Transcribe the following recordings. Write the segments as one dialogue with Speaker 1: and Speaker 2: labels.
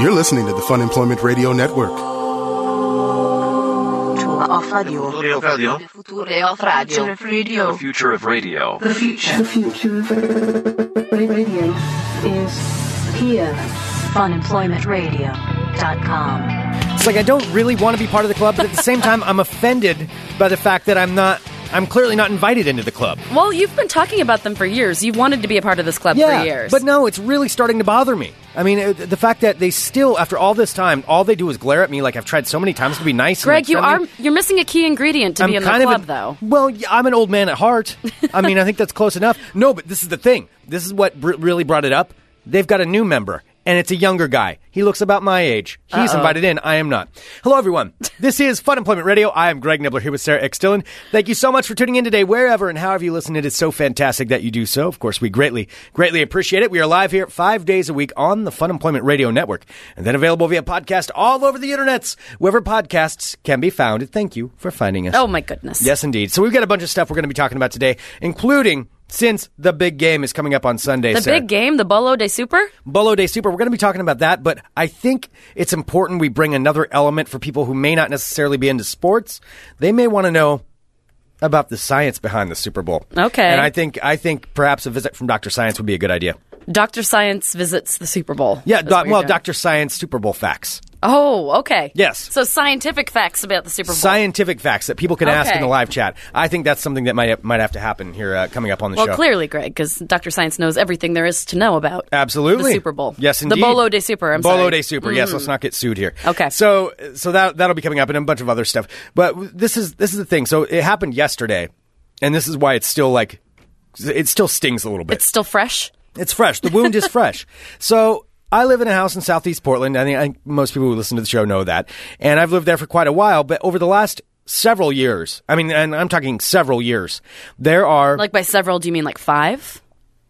Speaker 1: You're listening to the Fun Employment Radio Network.
Speaker 2: Future of Radio.
Speaker 3: Audio
Speaker 2: Future of Radio.
Speaker 3: Radio. The future of radio.
Speaker 4: The future.
Speaker 5: The future of radio is here.
Speaker 2: Funemploymentradio.com.
Speaker 6: It's like I don't really want to be part of the club, but at the same time, I'm offended by the fact that I'm not. I'm clearly not invited into the club.
Speaker 7: Well, you've been talking about them for years. You wanted to be a part of this club for years.
Speaker 6: but no, it's really starting to bother me. I mean, it, the fact that they still, after all this time, all they do is glare at me. Like I've tried so many times to be nice. and,
Speaker 7: Greg,
Speaker 6: like,
Speaker 7: you are
Speaker 6: friendly.
Speaker 7: you're missing a key ingredient to be in the
Speaker 6: kind of
Speaker 7: club,
Speaker 6: an-
Speaker 7: though.
Speaker 6: Well, yeah, I'm an old man at heart. I mean, I think that's close enough. No, but this is the thing. This is what br- really brought it up. They've got a new member, and it's a younger guy. He looks about my age. He's invited in. I am not. Hello, everyone. This is Fun Employment Radio. I am Greg Nibbler here with Sarah X. Dillon. Thank you so much for tuning in today, wherever and however you listen. It is so fantastic that you do so. Of course, we greatly, greatly appreciate it. We are live here five days a week on the Fun Employment Radio Network, and then available via podcast all over the internets, wherever podcasts can be found. Thank you for finding us.
Speaker 7: Oh my goodness.
Speaker 6: Yes, indeed. So we've got a bunch of stuff we're going to be talking about today, including since the big game is coming up on Sunday.
Speaker 7: The big game, the Bolo de Super.
Speaker 6: Bolo Day Super. We're going to be talking about that, but I think it's important we bring another element for people who may not necessarily be into sports. They may want to know about the science behind the Super Bowl.
Speaker 7: Okay.
Speaker 6: And I think I think perhaps a visit from Dr. Science would be a good idea.
Speaker 7: Doctor Science visits the Super Bowl.
Speaker 6: Yeah,
Speaker 7: is
Speaker 6: doc-
Speaker 7: what you're
Speaker 6: well,
Speaker 7: doing.
Speaker 6: Dr. Science Super Bowl facts.
Speaker 7: Oh, okay.
Speaker 6: Yes.
Speaker 7: So scientific facts about the Super Bowl.
Speaker 6: Scientific facts that people can ask in
Speaker 7: Okay.
Speaker 6: the live chat. I think that's something that might might have to happen here uh, coming up on the
Speaker 7: well,
Speaker 6: show.
Speaker 7: clearly, Greg, because Dr. Science knows everything there is to know about.
Speaker 6: Absolutely.
Speaker 7: The Super Bowl.
Speaker 6: Yes,
Speaker 7: The
Speaker 6: indeed.
Speaker 7: Bolo de Super. I'm
Speaker 6: Bolo
Speaker 7: sorry.
Speaker 6: de Super. Yes, let's not get sued here.
Speaker 7: Okay.
Speaker 6: So so that that'll be coming up and a bunch of other stuff. But w- this is this is the thing. So it happened yesterday, and this is why it's still like it still stings a little bit.
Speaker 7: It's still fresh.
Speaker 6: It's fresh. The wound is fresh. So I live in a house in Southeast Portland. I think I, think most people who listen to the show know that. And I've lived there for quite a while, but over the last several years, I mean, and I'm talking several years, there are,
Speaker 7: Like by several, do you mean like five?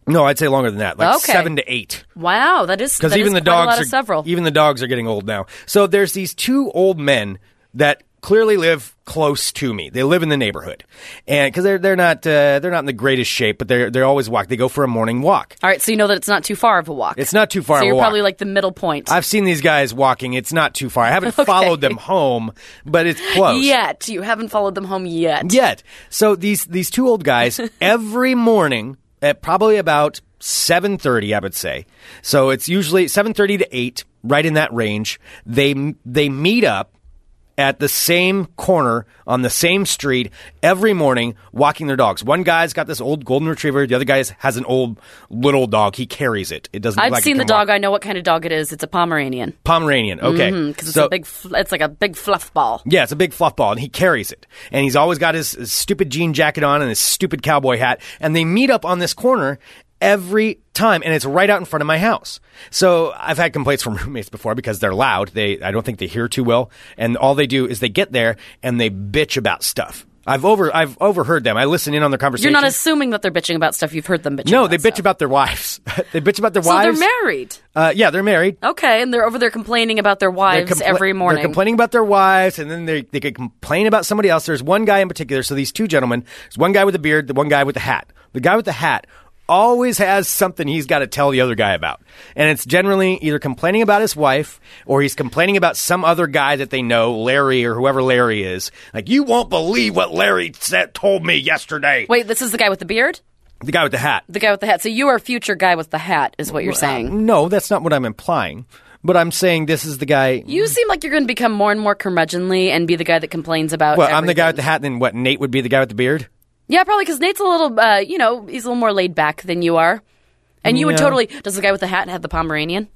Speaker 6: no, I'd say longer than that, like
Speaker 7: Okay.
Speaker 6: seven to eight.
Speaker 7: Wow, that is
Speaker 6: because
Speaker 7: that
Speaker 6: even
Speaker 7: is
Speaker 6: the
Speaker 7: quite a
Speaker 6: dogs
Speaker 7: lot
Speaker 6: are
Speaker 7: of several.
Speaker 6: even the dogs are getting old now. So there's these two old men that clearly live close to me. They live in the neighborhood, and because they're they're not uh, they're not in the greatest shape, but they're they're always walk. They go for a morning walk.
Speaker 7: All right, so you know that it's not too far of a walk.
Speaker 6: It's not too far
Speaker 7: So
Speaker 6: of a
Speaker 7: you're
Speaker 6: walk.
Speaker 7: probably like the middle point.
Speaker 6: I've seen these guys walking. It's not too far. I haven't followed them home, but it's close.
Speaker 7: yet you haven't followed them home yet.
Speaker 6: yet. So these these two old guys every morning at probably about 7:30 I would say. So it's usually 7:30 to 8, right in that range. They they meet up at the same corner on the same street every morning walking their dogs. One guy's got this old golden retriever, the other guy has an old little dog. He carries it. It doesn't look
Speaker 7: I've
Speaker 6: like it
Speaker 7: seen the
Speaker 6: can walk.
Speaker 7: dog. I know what kind of dog it is. It's a Pomeranian
Speaker 6: Pomeranian. Okay.
Speaker 7: because Mm-hmm, it's
Speaker 6: So-
Speaker 7: a big. fl- It's like a big fluff ball.
Speaker 6: Yeah, it's a big fluff ball, and he carries it. And he's always got his, his stupid jean jacket on and his stupid cowboy hat. And they meet up on this corner every time, and it's right out in front of my house. So I've had complaints from roommates before because they're loud. They I don't think they hear too well, and all they do is they get there and they bitch about stuff. I've over I've overheard them. I listen in on their
Speaker 7: You're
Speaker 6: conversation.
Speaker 7: not assuming that they're bitching about stuff. You've heard them bitching.
Speaker 6: no,
Speaker 7: about
Speaker 6: they bitch
Speaker 7: stuff.
Speaker 6: about their wives. they bitch about their
Speaker 7: So
Speaker 6: wives.
Speaker 7: they're married.
Speaker 6: Uh, yeah, they're married.
Speaker 7: Okay, and they're over there complaining about their wives
Speaker 6: compla-
Speaker 7: every morning.
Speaker 6: They're complaining about their wives, and then they they could complain about somebody else. There's one guy in particular. So these two gentlemen, there's one guy with a beard, the one guy with the hat. The guy with the hat always has something he's got to tell the other guy about, and it's generally either complaining about his wife or he's complaining about some other guy that they know, Larry or whoever Larry is. Like you won't believe what Larry said, told me yesterday.
Speaker 7: Wait, this is the guy with the beard.
Speaker 6: The guy with the hat.
Speaker 7: The guy with the hat. So you are future guy with the hat, is what you're saying.
Speaker 6: No, that's not what I'm implying. But I'm saying this is the guy.
Speaker 7: You seem like you're going to become more and more curmudgeonly and be the guy that complains about.
Speaker 6: well, I'm the guy with the
Speaker 7: everything.
Speaker 6: hat, and then what? Nate would be the guy with the beard.
Speaker 7: Yeah, probably because Nate's a little, uh, you know, he's a little more laid back than you are, and you would
Speaker 6: Yeah.
Speaker 7: totally. Does the guy with the hat have the Pomeranian?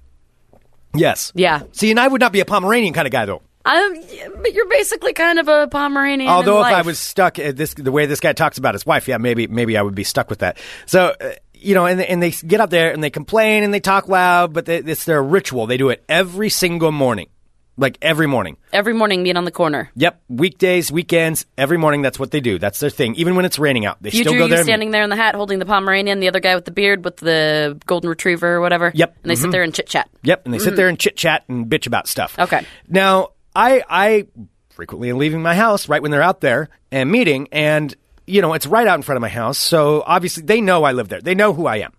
Speaker 6: Yes.
Speaker 7: Yeah.
Speaker 6: See, and I would not be a Pomeranian kind of guy, though.
Speaker 7: Um, yeah, but you're basically kind of a Pomeranian. in
Speaker 6: Although, if I
Speaker 7: life.
Speaker 6: was stuck at this, the way this guy talks about his wife, yeah, maybe, maybe I would be stuck with that. So, uh, you know, and and they get up there and they complain and they talk loud, but they, it's their ritual. They do it every single morning, like every morning.
Speaker 7: every morning, meet on the corner.
Speaker 6: Yep, weekdays, weekends, every morning. That's what they do. That's their thing. Even when it's raining out, they
Speaker 7: You
Speaker 6: still
Speaker 7: drew
Speaker 6: go
Speaker 7: you
Speaker 6: there. and-
Speaker 7: standing there in the hat, holding the Pomeranian, the other guy with the beard with the golden retriever or whatever.
Speaker 6: Yep. Mm-hmm.
Speaker 7: And they sit there and chit chat.
Speaker 6: Yep, and they sit there and chit chat and bitch about stuff.
Speaker 7: Mm-hmm. Okay.
Speaker 6: Now, I I frequently am leaving my house right when they're out there and meeting, and you know it's right out in front of my house, so obviously they know I live there. They know who I am.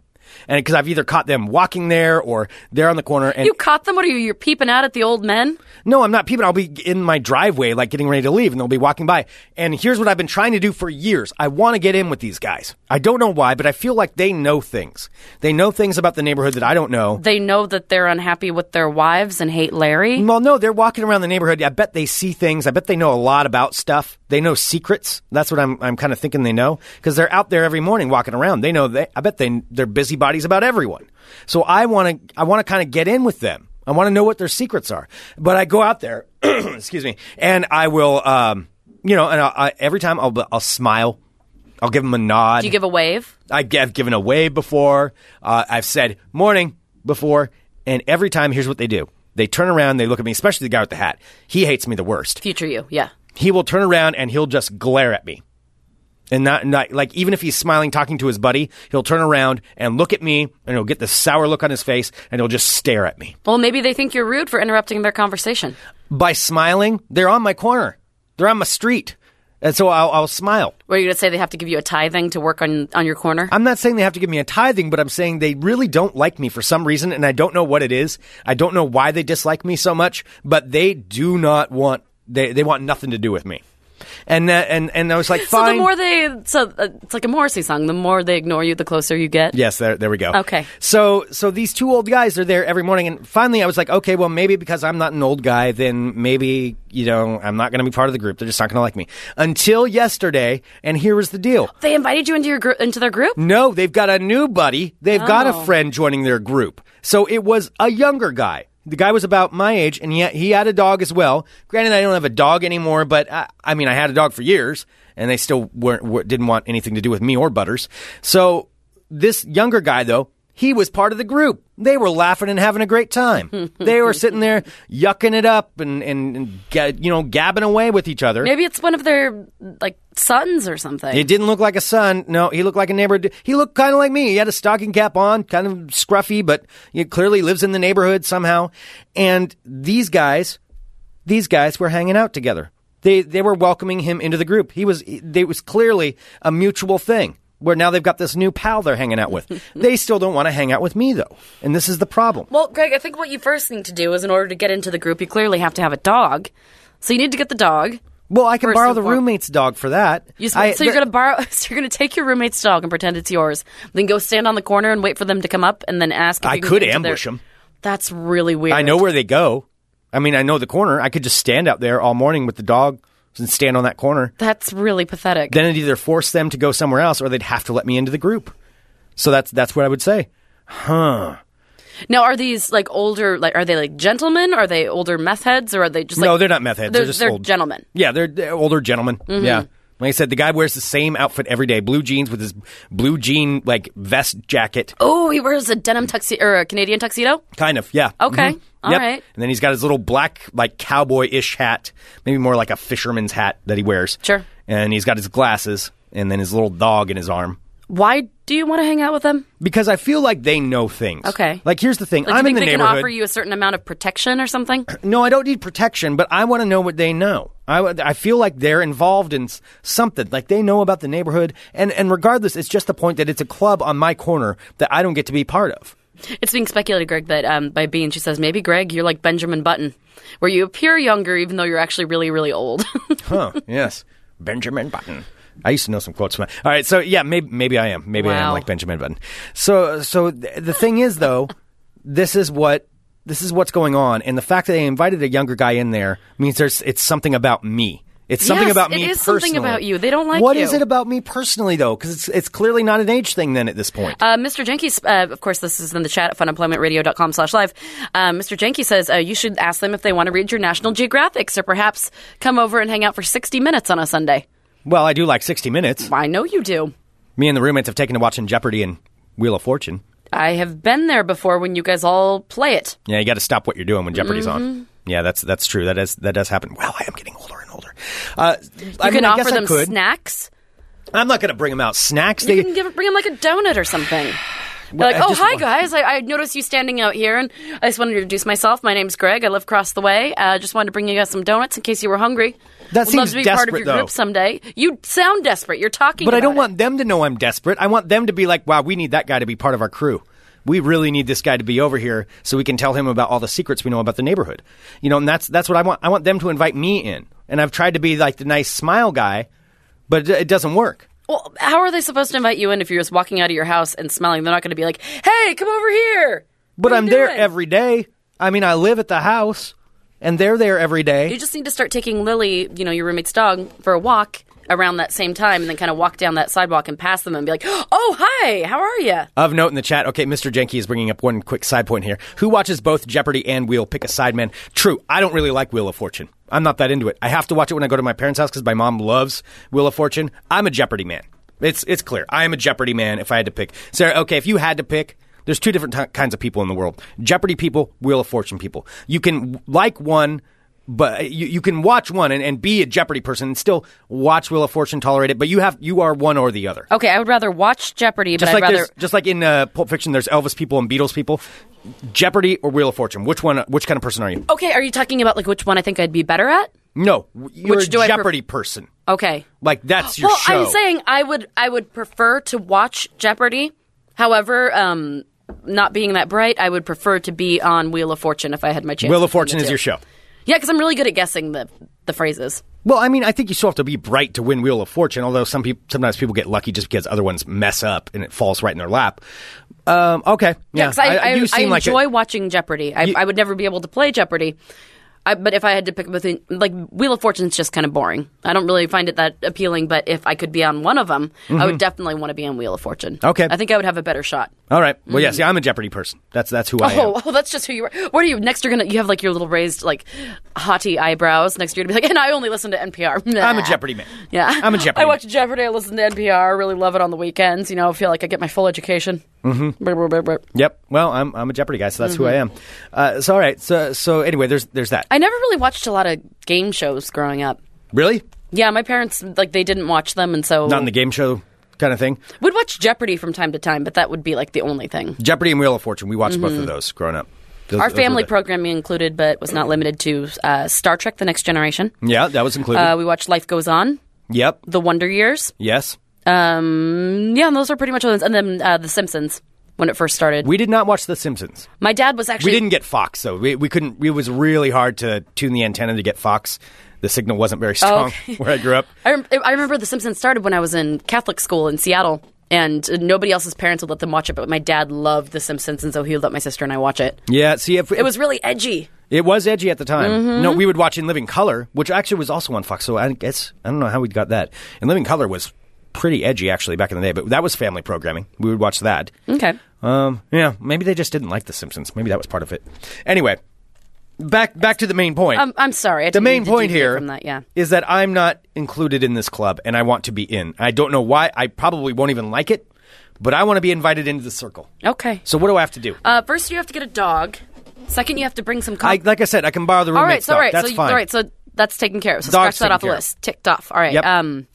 Speaker 6: and because I've either caught them walking there or they're on the corner. And
Speaker 7: You caught them? What are you? You're peeping out at the old men?
Speaker 6: no, I'm not peeping. I'll be in my driveway, like getting ready to leave, and they'll be walking by. And here's what I've been trying to do for years. I want to get in with these guys. I don't know why, but I feel like they know things. They know things about the neighborhood that I don't know.
Speaker 7: They know that they're unhappy with their wives and hate Larry.
Speaker 6: Well, no, they're walking around the neighborhood. I bet they see things. I bet they know a lot about stuff. They know secrets. That's what I'm, I'm kind of thinking they know because they're out there every morning walking around. They know they, I bet they, they're busybodies about everyone. So I want to, I want to kind of get in with them. I want to know what their secrets are. But I go out there, excuse me, and I will, um, you know, and I, I, every time I'll, I'll smile. I'll give them a nod.
Speaker 7: Do you give a wave?
Speaker 6: I g- I've given a wave before. Uh, I've said morning before. And every time, here's what they do they turn around, they look at me, especially the guy with the hat. He hates me the worst.
Speaker 7: Future you, yeah.
Speaker 6: He will turn around and he'll just glare at me. And not, not like even if he's smiling, talking to his buddy, he'll turn around and look at me and he'll get this sour look on his face and he'll just stare at me.
Speaker 7: Well, maybe they think you're rude for interrupting their conversation.
Speaker 6: By smiling, they're on my corner, they're on my street. And so I'll, I'll smile.
Speaker 7: Were you going to say they have to give you a tithing to work on on your corner?
Speaker 6: I'm not saying they have to give me a tithing, but I'm saying they really don't like me for some reason, and I don't know what it is. I don't know why they dislike me so much, but they do not want they they want nothing to do with me. And uh, and and I was like,
Speaker 7: so
Speaker 6: fine.
Speaker 7: the more they, so uh, it's like a Morrissey song. The more they ignore you, the closer you get.
Speaker 6: Yes, there, there we go.
Speaker 7: Okay.
Speaker 6: So, so these two old guys are there every morning, and finally, I was like, okay, well, maybe because I'm not an old guy, then maybe you know I'm not going to be part of the group. They're just not going to like me. Until yesterday, and here was the deal:
Speaker 7: They invited you into your gr- into their group.
Speaker 6: No, they've got a new buddy. They've got a
Speaker 7: Oh.
Speaker 6: friend joining their group. So it was a younger guy. The guy was about my age, and yet he had a dog as well. Granted, I don't have a dog anymore, but I, I mean, I had a dog for years, and they still weren't, were, didn't want anything to do with me or Butters. So this younger guy, though, he was part of the group. They were laughing and having a great time. they were sitting there yucking it up and, and, and ga- you know, gabbing away with each other.
Speaker 7: Maybe it's one of their like sons or something.
Speaker 6: It didn't look like a son. No, he looked like a neighbor. He looked kind of like me. He had a stocking cap on, kind of scruffy, but he clearly lives in the neighborhood somehow. And these guys, these guys were hanging out together. They they were welcoming him into the group. He was they was clearly a mutual thing. Where now they've got this new pal they're hanging out with. they still don't want to hang out with me though, and this is the problem.
Speaker 7: Well, Greg, I think what you first need to do is, in order to get into the group, you clearly have to have a dog. So you need to get the dog.
Speaker 6: Well, I can
Speaker 7: First
Speaker 6: borrow
Speaker 7: and
Speaker 6: the
Speaker 7: foremost-
Speaker 6: roommate's dog for that.
Speaker 7: You, s-
Speaker 6: I-
Speaker 7: so you're
Speaker 6: there-
Speaker 7: gonna borrow. So you're gonna take your roommate's dog and pretend it's yours. Then go stand on the corner and wait for them to come up, and then ask. If
Speaker 6: I
Speaker 7: you can
Speaker 6: could
Speaker 7: get into their-
Speaker 6: ambush him.
Speaker 7: That's really weird.
Speaker 6: I know where they go. I mean, I know the corner. I could just stand out there all morning with the dog and stand on that corner.
Speaker 7: That's really pathetic.
Speaker 6: Then it'd either force them to go somewhere else or they'd have to let me into the group. So that's that's what I would say.
Speaker 7: Now, are these like older? Like, are they like gentlemen? Are they older meth heads, or are they just like,
Speaker 6: no, they're not meth heads. They're,
Speaker 7: They're,
Speaker 6: just
Speaker 7: they're Mm-hmm.
Speaker 6: old
Speaker 7: gentlemen.
Speaker 6: Yeah, they're, they're older gentlemen. Yeah. Like I said, the guy wears the same outfit every day, blue jeans with his blue jean like vest jacket.
Speaker 7: Oh, he wears a denim tuxedo or a Canadian tuxedo.
Speaker 6: Kind of, yeah.
Speaker 7: Okay.
Speaker 6: Mhm.
Speaker 7: All
Speaker 6: yep.
Speaker 7: right.
Speaker 6: And then he's got his little black, like cowboy ish hat, maybe more like a fisherman's hat that he wears.
Speaker 7: Sure.
Speaker 6: And he's got his glasses and then his little dog in his arm.
Speaker 7: Why do you want to hang out with them?
Speaker 6: Because I feel like they know things.
Speaker 7: Okay.
Speaker 6: Like here's the thing.
Speaker 7: Like,
Speaker 6: I'm
Speaker 7: do you
Speaker 6: in
Speaker 7: think
Speaker 6: the
Speaker 7: they can
Speaker 6: neighborhood.
Speaker 7: offer you a certain amount of protection or something?
Speaker 6: No, I don't need protection, but I want to know what they know. I, w- I feel like they're involved in s- something. Like they know about the neighborhood, and and regardless, it's just the point that it's a club on my corner that I don't get to be part of.
Speaker 7: It's being speculated, Greg, that um, by Bean, she says maybe Greg, you're like Benjamin Button, where you appear younger even though you're actually really, really old.
Speaker 6: Huh? Oh, yes, Benjamin Button. I used to know some quotes from. All right, so yeah, maybe maybe I am. Maybe I am
Speaker 7: Wow.
Speaker 6: like Benjamin Button. So so th- the thing is though, this is what this is what's going on, and the fact that they invited a younger guy in there means there's it's something about me. It's something
Speaker 7: Yes,
Speaker 6: about
Speaker 7: it
Speaker 6: me.
Speaker 7: is something
Speaker 6: personally.
Speaker 7: about you. They don't like
Speaker 6: What
Speaker 7: you.
Speaker 6: is it about me personally though? Because it's it's clearly not an age thing then at this point.
Speaker 7: Uh, Mr. Jenkins, uh, of course, this is in the chat at funemploymentradio.com slash live. Uh, Mr. Jenkins says uh, you should ask them if they want to read your National Geographics or perhaps come over and hang out for 60 minutes on a Sunday.
Speaker 6: well, I do like 60 Minutes.
Speaker 7: I know you do.
Speaker 6: Me and the roommates have taken to watching Jeopardy and Wheel of Fortune.
Speaker 7: I have been there before when you guys all play it.
Speaker 6: Yeah, you got to stop what you're doing when Jeopardy's on.
Speaker 7: Mm-hmm.
Speaker 6: Yeah, that's that's true. That is that does happen. Wow, I am getting older and older. Uh, I
Speaker 7: You
Speaker 6: mean,
Speaker 7: can
Speaker 6: I
Speaker 7: offer
Speaker 6: guess I
Speaker 7: them
Speaker 6: could.
Speaker 7: snacks.
Speaker 6: I'm not going to bring them out snacks.
Speaker 7: You
Speaker 6: They,
Speaker 7: can give, bring them like a donut or something. They're like,
Speaker 6: I
Speaker 7: oh,
Speaker 6: just-
Speaker 7: hi, guys. I, I noticed you standing out here, and I just wanted to introduce myself. My name's Greg. I live across the way. I uh, just wanted to bring you guys some donuts in case you were hungry.
Speaker 6: That
Speaker 7: Would
Speaker 6: seems
Speaker 7: love to be part of
Speaker 6: desperate,
Speaker 7: your
Speaker 6: though.
Speaker 7: group someday. You sound desperate. You're talking
Speaker 6: But I
Speaker 7: about
Speaker 6: don't
Speaker 7: it.
Speaker 6: want them to know I'm desperate. I want them to be like, wow, we need that guy to be part of our crew. We really need this guy to be over here so we can tell him about all the secrets we know about the neighborhood. You know, and that's that's what I want. I want them to invite me in. And I've tried to be like the nice smile guy, but it, it doesn't work.
Speaker 7: Well, how are they supposed to invite you in if you're just walking out of your house and smelling? They're not going to be like, "Hey, come over here."
Speaker 6: But
Speaker 7: What are you
Speaker 6: I'm there
Speaker 7: doing?
Speaker 6: every day. I mean, I live at the house and they're there every day.
Speaker 7: You just need to start taking Lily, you know, your roommate's dog, for a walk around that same time, and then kind of walk down that sidewalk and pass them and be like, "Oh, hi, how are you?"
Speaker 6: Of note in the chat, okay, Mr. Jenke is bringing up one quick side point here. Who watches both Jeopardy and Wheel? Pick a sideman. True, I don't really like Wheel of Fortune. I'm not that into it. I have to watch it when I go to my parents' house because my mom loves Wheel of Fortune. I'm a Jeopardy man. It's it's clear. I am a Jeopardy man. If I had to pick, Sarah, okay, if you had to pick, there's two different t- kinds of people in the world: Jeopardy people, Wheel of Fortune people. You can like one. But uh, you, you can watch one and, and be a Jeopardy person and still watch Wheel of Fortune, tolerate it. But you have you are one or the other.
Speaker 7: Okay, I would rather watch Jeopardy, but
Speaker 6: Just
Speaker 7: I'd
Speaker 6: like
Speaker 7: rather
Speaker 6: there's- just like in uh, Pulp Fiction, there's Elvis people and Beatles people. Jeopardy or Wheel of Fortune? Which one? Which kind of person are you?
Speaker 7: Okay, are you talking about like which one I think I'd be better at?
Speaker 6: No, you're
Speaker 7: Which
Speaker 6: a
Speaker 7: do I pref-
Speaker 6: Jeopardy person.
Speaker 7: Okay.
Speaker 6: Like that's your
Speaker 7: Well,
Speaker 6: show.
Speaker 7: I'm saying I would I would prefer to watch Jeopardy. However, um not being that bright, I would prefer to be on Wheel of Fortune if I had my chance.
Speaker 6: Wheel of
Speaker 7: between
Speaker 6: Fortune
Speaker 7: the
Speaker 6: is
Speaker 7: two.
Speaker 6: your show.
Speaker 7: Yeah, because I'm really good at guessing the the phrases.
Speaker 6: Well, I mean, I think you still have to be bright to win Wheel of Fortune. Although some people sometimes people get lucky just because other ones mess up and it falls right in their lap. Um, okay, yeah,
Speaker 7: 'cause I, I,
Speaker 6: you seem
Speaker 7: I
Speaker 6: like a-
Speaker 7: enjoy watching Jeopardy. I, I would never be able to play Jeopardy. I, but if I had to pick between, like Wheel of Fortune's just kind of boring. I don't really find it that appealing. But if I could be on one of them, I would definitely want to be on Wheel of Fortune.
Speaker 6: Mm-hmm. Okay.
Speaker 7: I think I would have a better shot.
Speaker 6: all right. Well, yeah. See, I'm a Jeopardy person. That's that's who I am.
Speaker 7: Mm. Oh, oh, that's just who you are. What are you next? You're gonna you have like your little raised like haughty eyebrows. Next, you're gonna be like, and I only listen to NPR. Nah.
Speaker 6: I'm a Jeopardy man.
Speaker 7: Yeah,
Speaker 6: I'm a
Speaker 7: I
Speaker 6: Jeopardy.
Speaker 7: watch
Speaker 6: man.
Speaker 7: Jeopardy. I listen to NPR. Really love it on the weekends. You know, feel like I get my full education. Mm-hmm.
Speaker 6: Yep. Well, I'm I'm a Jeopardy guy, so that's who I am. Uh, so all right. So so anyway, there's there's that.
Speaker 7: I never really watched a lot of game shows growing up.
Speaker 6: really?
Speaker 7: Yeah, my parents like they didn't watch them, and so
Speaker 6: Not in the game show kind of thing.
Speaker 7: we'd watch Jeopardy from time to time, but that would be like the only thing.
Speaker 6: Jeopardy and Wheel of Fortune. We watched both of those growing up. Those-
Speaker 7: Mm-hmm. Our
Speaker 6: those were
Speaker 7: family
Speaker 6: the-
Speaker 7: programming included, but was not limited to uh, Star Trek: The Next Generation.
Speaker 6: Yeah, that was included.
Speaker 7: Uh, we watched Life Goes On,
Speaker 6: yep.
Speaker 7: The Wonder Years.
Speaker 6: Yes.
Speaker 7: Um, yeah, and those are pretty much all the ones. And then uh, The Simpsons when it first started.
Speaker 6: We did not watch The Simpsons.
Speaker 7: My dad was actually
Speaker 6: We didn't get Fox, though. We, we couldn't. It was really hard to tune the antenna to get Fox. The signal wasn't very strong
Speaker 7: Oh, okay.
Speaker 6: where I grew up.
Speaker 7: I, rem- I remember The Simpsons started when I was in Catholic school in Seattle, and nobody else's parents would let them watch it, but my dad loved The Simpsons, and so he would let my sister and I watch it.
Speaker 6: Yeah. See, if
Speaker 7: It was Mm-hmm. really edgy.
Speaker 6: It was edgy at the time. No, we would watch In Living Color, which actually was also on Fox. So I guess I don't know how we got that. In Living Color was pretty edgy actually back in the day, but that was family programming. We would watch that.
Speaker 7: Okay.
Speaker 6: Um, yeah, maybe they just didn't like The Simpsons. Maybe that was part of it. Anyway, back back to the main point.
Speaker 7: Um, I'm sorry. I
Speaker 6: the
Speaker 7: didn't
Speaker 6: main
Speaker 7: mean to
Speaker 6: point
Speaker 7: deviate
Speaker 6: here
Speaker 7: from that, yeah.
Speaker 6: is that I'm not included in this club, and I want to be in. I don't know why. I probably won't even like it, but I want to be invited into the circle.
Speaker 7: Okay.
Speaker 6: So what do I have to do?
Speaker 7: Uh, first, you have to get a dog. Second, you have to bring some. Com-
Speaker 6: I, like I said, I can borrow the
Speaker 7: all
Speaker 6: roommate's
Speaker 7: right. So
Speaker 6: dog.
Speaker 7: all right.
Speaker 6: That's
Speaker 7: so
Speaker 6: fine.
Speaker 7: all right. So that's taken care of. So
Speaker 6: Dog's
Speaker 7: scratch that off the
Speaker 6: taken care of.
Speaker 7: list. Ticked off. All right.
Speaker 6: Yep.
Speaker 7: Um,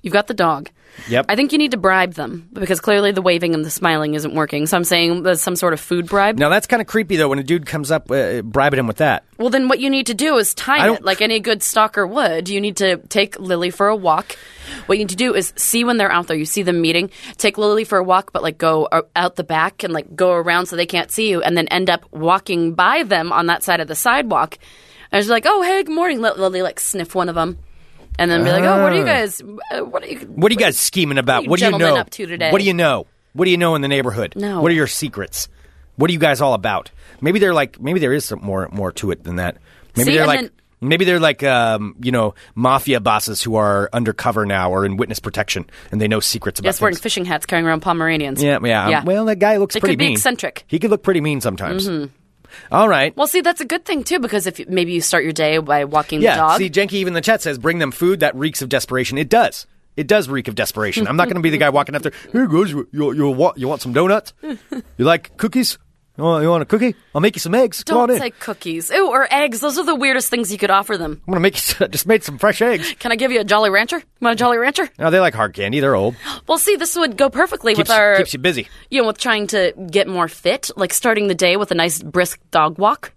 Speaker 7: you've got the dog.
Speaker 6: Yep.
Speaker 7: I think you need to bribe them because clearly the waving and the smiling isn't working. So I'm saying there's some sort of food bribe.
Speaker 6: Now that's kind of creepy though when a dude comes up uh, bribing him with that.
Speaker 7: Well, then what you need to do is
Speaker 6: I
Speaker 7: time
Speaker 6: don't-
Speaker 7: it like any good stalker would. You need to take Lily for a walk. What you need to do is see when they're out there. You see them meeting. Take Lily for a walk, but like go o- out the back and like go around so they can't see you, and then end up walking by them on that side of the sidewalk. And she's like, "Oh, hey, good morning." Let Lily like sniff one of them, and then be like, "Oh,
Speaker 6: Ah.
Speaker 7: what are you guys? uh, What are you?"
Speaker 6: What are you guys scheming about?
Speaker 7: you
Speaker 6: What do you
Speaker 7: gentlemen
Speaker 6: know?
Speaker 7: up to today?
Speaker 6: What do you know? What do you know in the neighborhood?
Speaker 7: No.
Speaker 6: What are your secrets? What are you guys all about? Maybe they're like maybe there is some more more to it than that.
Speaker 7: See,
Speaker 6: Maybe they're
Speaker 7: and
Speaker 6: like
Speaker 7: then-
Speaker 6: maybe they're like um, you know mafia bosses who are undercover now or in witness protection and they know secrets about
Speaker 7: Yes, wearing
Speaker 6: things.
Speaker 7: fishing hats, carrying around Pomeranians.
Speaker 6: yeah, yeah, um, Well, that guy looks
Speaker 7: They
Speaker 6: pretty
Speaker 7: could be
Speaker 6: mean.
Speaker 7: eccentric. Mm-hmm.
Speaker 6: He could look pretty mean sometimes. All right.
Speaker 7: Well, see, that's a good thing too because if maybe you start your day by walking
Speaker 6: Yeah.
Speaker 7: the dog.
Speaker 6: See, Jenky even in the chat says, bring them food. That reeks of desperation. It does. It does reek of desperation. I'm not going to be the guy walking up there. Here goes. You, you, you, want, you want some donuts? You like cookies? You want, you want a cookie? I'll make you some eggs. Come on
Speaker 7: Don't
Speaker 6: in.
Speaker 7: say cookies. Ooh, or eggs. Those are the weirdest things you could offer them.
Speaker 6: I'm gonna make you. I just made some fresh eggs.
Speaker 7: Can I give you a Jolly Rancher? Want a Jolly Rancher?
Speaker 6: No, they like hard candy. They're old.
Speaker 7: Well, see, this would go perfectly
Speaker 6: Keeps,
Speaker 7: with our,
Speaker 6: keeps you busy.
Speaker 7: you know, with trying to get more fit. Like starting the day with a nice brisk dog walk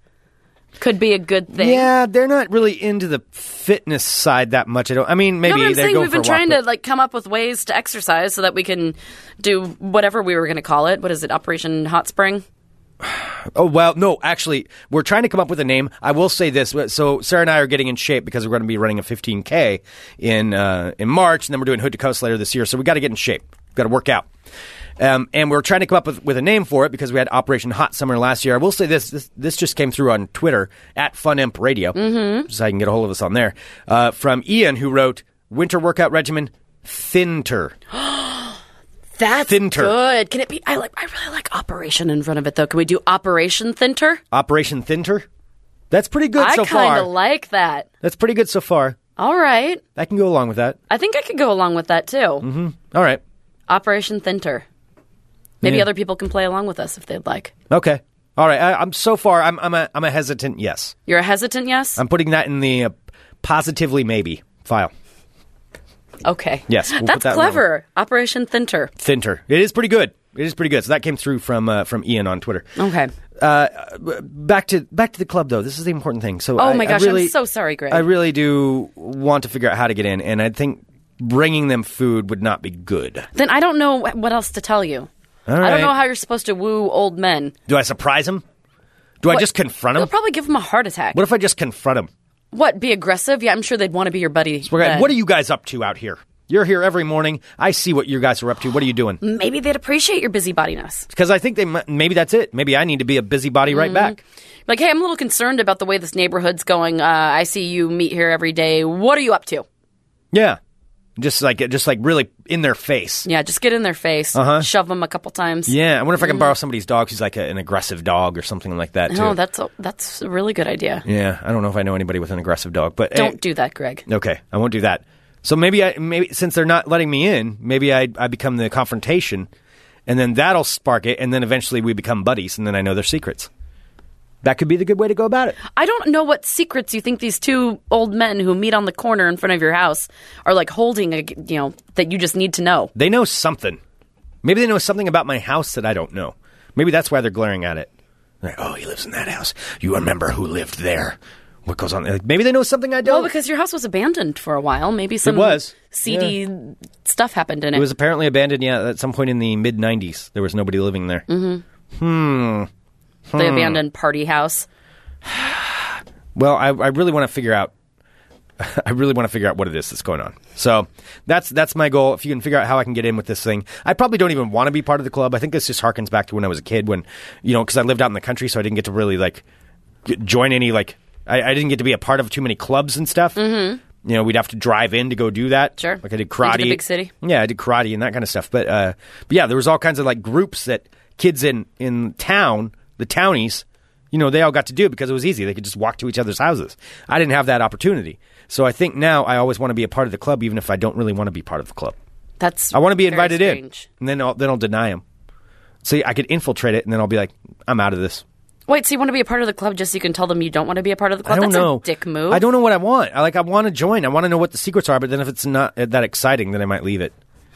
Speaker 7: could be a good thing.
Speaker 6: Yeah, they're not really into the fitness side that much. I don't. I mean, maybe
Speaker 7: No, but I'm
Speaker 6: they're
Speaker 7: saying
Speaker 6: going
Speaker 7: we've been
Speaker 6: for a walk,
Speaker 7: trying
Speaker 6: but-
Speaker 7: to like come up with ways to exercise so that we can do whatever we were going to call it. What is it, Operation Hot Spring?
Speaker 6: Oh well, no, actually, we're trying to come up with a name. I will say this: so Sarah and I are getting in shape because we're going to be running a 15k in uh, in March, and then we're doing Hood to Coast later this year. So we got to get in shape, got to work out, um, and we're trying to come up with, with a name for it because we had Operation Hot Summer last year. I will say this: this, this just came through on Twitter at Funimp Radio, mm-hmm. so I can get a hold of us on there uh, from Ian, who wrote Winter Workout Regimen Thinter.
Speaker 7: That's
Speaker 6: Thinter.
Speaker 7: good. Can it be? I like. I really like Operation in front of it though. Can we do Operation Thinter?
Speaker 6: Operation Thinter. That's pretty good
Speaker 7: I
Speaker 6: so
Speaker 7: kind
Speaker 6: far.
Speaker 7: of like that.
Speaker 6: That's pretty good so far.
Speaker 7: All right.
Speaker 6: I can go along with that.
Speaker 7: I think I could go along with that too.
Speaker 6: All right.
Speaker 7: Operation Thinter. Maybe
Speaker 6: Yeah.
Speaker 7: other people can play along with us if they'd like.
Speaker 6: Okay. All right. I, I'm so far. I'm I'm a I'm a hesitant yes.
Speaker 7: You're a hesitant yes?
Speaker 6: I'm putting that in the uh, positively maybe file.
Speaker 7: okay.
Speaker 6: Yes, we'll put
Speaker 7: That's
Speaker 6: that in there.
Speaker 7: clever. Operation Thinter.
Speaker 6: Thinter. It is pretty good. It is pretty good. So that came through from uh, from Ian on Twitter.
Speaker 7: Okay.
Speaker 6: Back to back to the club though. This is the important thing. So
Speaker 7: Oh
Speaker 6: I-
Speaker 7: my
Speaker 6: I
Speaker 7: gosh, I'm
Speaker 6: really-
Speaker 7: so sorry, Greg.
Speaker 6: I really do want to figure out how to get in, and I think bringing them food would not be good.
Speaker 7: Then I don't know wh- what else to tell you.
Speaker 6: All
Speaker 7: I
Speaker 6: right.
Speaker 7: don't know how you're supposed to woo old men.
Speaker 6: Do I surprise him? Do I just confront
Speaker 7: You'll
Speaker 6: him?
Speaker 7: probably give them a heart attack.
Speaker 6: What if I just confront him?
Speaker 7: What, be aggressive? Yeah, I'm sure they'd want to be your buddy.
Speaker 6: We're gonna-
Speaker 7: then.
Speaker 6: What are you guys up to out here? You're here every morning. I see what you guys are up to. What are you doing?
Speaker 7: Maybe they'd appreciate your busybodiness.
Speaker 6: because I think they mi- maybe that's it. Maybe I need to be a busybody right
Speaker 7: Mm-hmm.
Speaker 6: back.
Speaker 7: Like, hey, I'm a little concerned about the way this neighborhood's going. Uh, I see you meet here every day. What are you up to?
Speaker 6: Yeah, just like just like really in their face.
Speaker 7: Yeah, just get in their face, shove them a couple times.
Speaker 6: Uh-huh. Yeah, I wonder if
Speaker 7: Mm.
Speaker 6: I can borrow somebody's dog who's like a, an aggressive dog or something like that too.
Speaker 7: No, that's a, that's a really good idea.
Speaker 6: yeah, I don't know if I know anybody with an aggressive dog, but eh,
Speaker 7: Don't do that, Greg.
Speaker 6: okay, I won't do that. So maybe I maybe since they're not letting me in, maybe I I become the confrontation, and then that'll spark it, and then eventually we become buddies, and then I know their secrets. That could be the good way to go about it.
Speaker 7: I don't know what secrets you think these two old men who meet on the corner in front of your house are like holding, a, you know, that you just need to know.
Speaker 6: They know something. Maybe they know something about my house that I don't know. Maybe that's why they're glaring at it. Like, oh, he lives in that house. You remember who lived there? What goes on? Like, maybe they know something I don't.
Speaker 7: Well, because your house was abandoned for a while. Maybe some
Speaker 6: was.
Speaker 7: seedy stuff happened in it.
Speaker 6: it was apparently abandoned. Yeah, at some point in the mid '90s, there was nobody living there.
Speaker 7: the
Speaker 6: hmm.
Speaker 7: abandoned party house.
Speaker 6: Well, I, I really want to figure out. I really want to figure out what it is that's going on. So that's that's my goal. If you can figure out how I can get in with this thing, I probably don't even want to be part of the club. I think this just harkens back to when I was a kid, when you know, because I lived out in the country, so I didn't get to really like g- join any like I, I didn't get to be a part of too many clubs and stuff. Mm-hmm. You know, we'd have to drive in to go do that.
Speaker 7: Sure.
Speaker 6: like I did
Speaker 7: Into the
Speaker 6: karate,
Speaker 7: big city.
Speaker 6: Yeah, I did karate and that kind of stuff. But uh, but yeah, there was all kinds of like groups that kids in in town, the townies, you know, they all got to do it because it was easy. They could just walk to each other's houses. I didn't have that opportunity, so I think now I always want to be a part of the club, even if I don't really want to be part of the club.
Speaker 7: That's
Speaker 6: I want to be
Speaker 7: very
Speaker 6: invited in,
Speaker 7: strange.
Speaker 6: and then I'll, then I'll deny them. See, I could infiltrate it, and then I'll be like, I'm out of this.
Speaker 7: Wait, so you want to be a part of the club just so you can tell them you don't want to be a part of the club?
Speaker 6: I don't
Speaker 7: That's
Speaker 6: know.
Speaker 7: a dick move.
Speaker 6: I don't know what I want. I like. I want to join. I want to know what the secrets are. But then if it's not uh, that exciting, then I might leave it.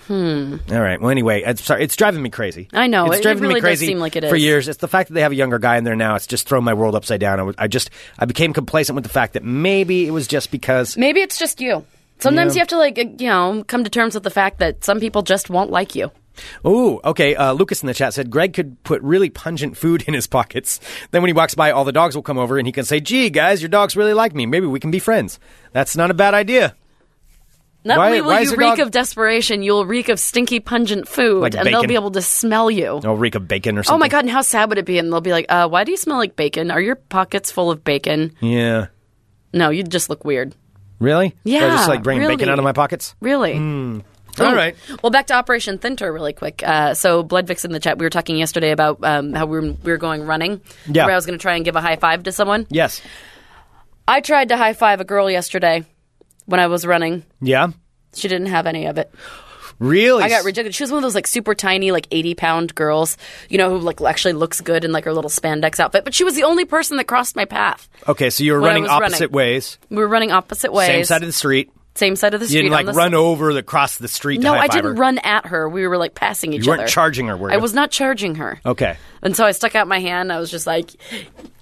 Speaker 6: Hmm. All right. Well, anyway, it's sorry. It's driving me crazy.
Speaker 7: I know.
Speaker 6: It's
Speaker 7: It- it
Speaker 6: driving me
Speaker 7: really does
Speaker 6: crazy
Speaker 7: seem like it
Speaker 6: for
Speaker 7: is.
Speaker 6: years. It's the fact that they have a younger guy in there now. It's just thrown my world upside down. I, was- I just I became complacent with the fact that maybe it was just because.
Speaker 7: Maybe it's just you. Sometimes you have to like uh, you know come to terms with the fact that some people just won't like you.
Speaker 6: Ooh. Okay. Uh, Lucas in the chat said Greg could put really pungent food in his pockets. Then when he walks by, all the dogs will come over and he can say, "Gee, guys, your dogs really like me. Maybe we can be friends." That's not a bad idea.
Speaker 7: Not
Speaker 6: Why-
Speaker 7: only will
Speaker 6: why is
Speaker 7: you
Speaker 6: your
Speaker 7: reek
Speaker 6: dog-
Speaker 7: of desperation, you'll reek of stinky, pungent food,
Speaker 6: Like
Speaker 7: and they'll
Speaker 6: bacon.
Speaker 7: be able to smell you.
Speaker 6: Oh, reek of bacon or something.
Speaker 7: Oh my god! And how sad would it be? And they'll be like, uh, "Why do you smell like bacon? Are your pockets full of bacon?"
Speaker 6: Yeah.
Speaker 7: No, you'd just look weird.
Speaker 6: Really?
Speaker 7: Yeah,
Speaker 6: Or just like bringing bacon
Speaker 7: really.
Speaker 6: out of my pockets?
Speaker 7: Really?
Speaker 6: Hmm. All right.
Speaker 7: Well, back to Operation Thinter really quick. Uh, so, Bloodvix in the chat, we were talking yesterday about um, how we were, we were going running.
Speaker 6: Yeah.
Speaker 7: Where I was going to try and give a high five to someone.
Speaker 6: Yes.
Speaker 7: I tried to high five a girl yesterday when I was running.
Speaker 6: Yeah.
Speaker 7: She didn't have any of it.
Speaker 6: Really?
Speaker 7: I got rejected. She was one of those like super tiny, like eighty pound girls, you know, who like actually looks good in like her little spandex outfit. But she was the only person that crossed my path.
Speaker 6: Okay, so you were
Speaker 7: When I
Speaker 6: running
Speaker 7: was
Speaker 6: opposite
Speaker 7: running.
Speaker 6: ways,
Speaker 7: We were running opposite ways,
Speaker 6: same side of the street.
Speaker 7: same side of the
Speaker 6: You
Speaker 7: street.
Speaker 6: didn't
Speaker 7: on
Speaker 6: like
Speaker 7: the s-
Speaker 6: run over the cross the street.
Speaker 7: No,
Speaker 6: to
Speaker 7: I
Speaker 6: high-five
Speaker 7: didn't
Speaker 6: her.
Speaker 7: run at her. We were like passing each
Speaker 6: You
Speaker 7: other.
Speaker 6: weren't charging her, Oh. were you?
Speaker 7: I was not charging her.
Speaker 6: Okay.
Speaker 7: And so I stuck out my hand. I was just like,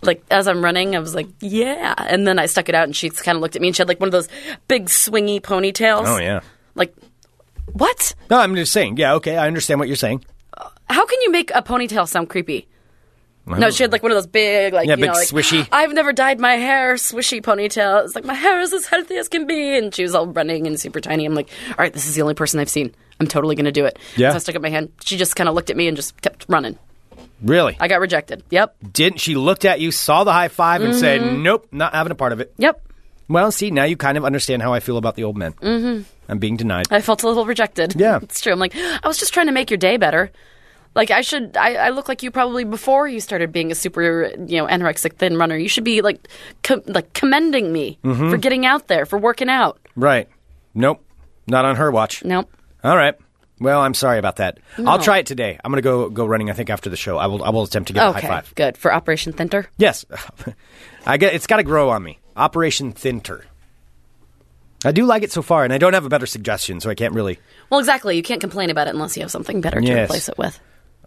Speaker 7: like as I'm running, I was like, yeah. And then I stuck it out, and she kind of looked at me, and she had like one of those big swingy ponytails.
Speaker 6: Oh yeah.
Speaker 7: Like, what?
Speaker 6: No, I'm just saying. Yeah, okay, I understand what you're saying.
Speaker 7: How can you make a ponytail sound creepy? No, she had like one of those big, like
Speaker 6: Yeah,
Speaker 7: you
Speaker 6: big
Speaker 7: know, like,
Speaker 6: swishy.
Speaker 7: I've never dyed my hair swishy ponytail. It's like my hair is as healthy as can be, and she was all running and super tiny. I'm like, all right, this is the only person I've seen. I'm totally gonna do it.
Speaker 6: Yeah.
Speaker 7: So I stuck up my hand. She just kind of looked at me and just kept running.
Speaker 6: Really?
Speaker 7: I got rejected. Yep.
Speaker 6: didn't she looked at you, saw the high five, and said,
Speaker 7: Mm-hmm.
Speaker 6: "Nope, not having a part of it."
Speaker 7: Yep.
Speaker 6: Well, see, now you kind of understand how I feel about the old men. Mm-hmm. I'm being denied.
Speaker 7: I felt a little rejected.
Speaker 6: Yeah.
Speaker 7: it's true. I'm like, I was just trying to make your day better. Like I should, I, I look like you probably before you started being a super, you know, anorexic thin runner. You should be like, com- like commending me
Speaker 6: Mm-hmm.
Speaker 7: for getting out there, for working out.
Speaker 6: Right? Nope. Not on her watch.
Speaker 7: Nope.
Speaker 6: All right. Well, I'm sorry about that. I'll try it today. I'm gonna go go running. I think after the show, I will I will attempt to get a
Speaker 7: Okay,
Speaker 6: high five.
Speaker 7: good for Operation Thinter.
Speaker 6: Yes, I get it's got to grow on me. Operation Thinter. I do like it so far, and I don't have a better suggestion, so I can't really.
Speaker 7: Well, exactly. You can't complain about it unless you have something better to
Speaker 6: Yes.
Speaker 7: replace it with.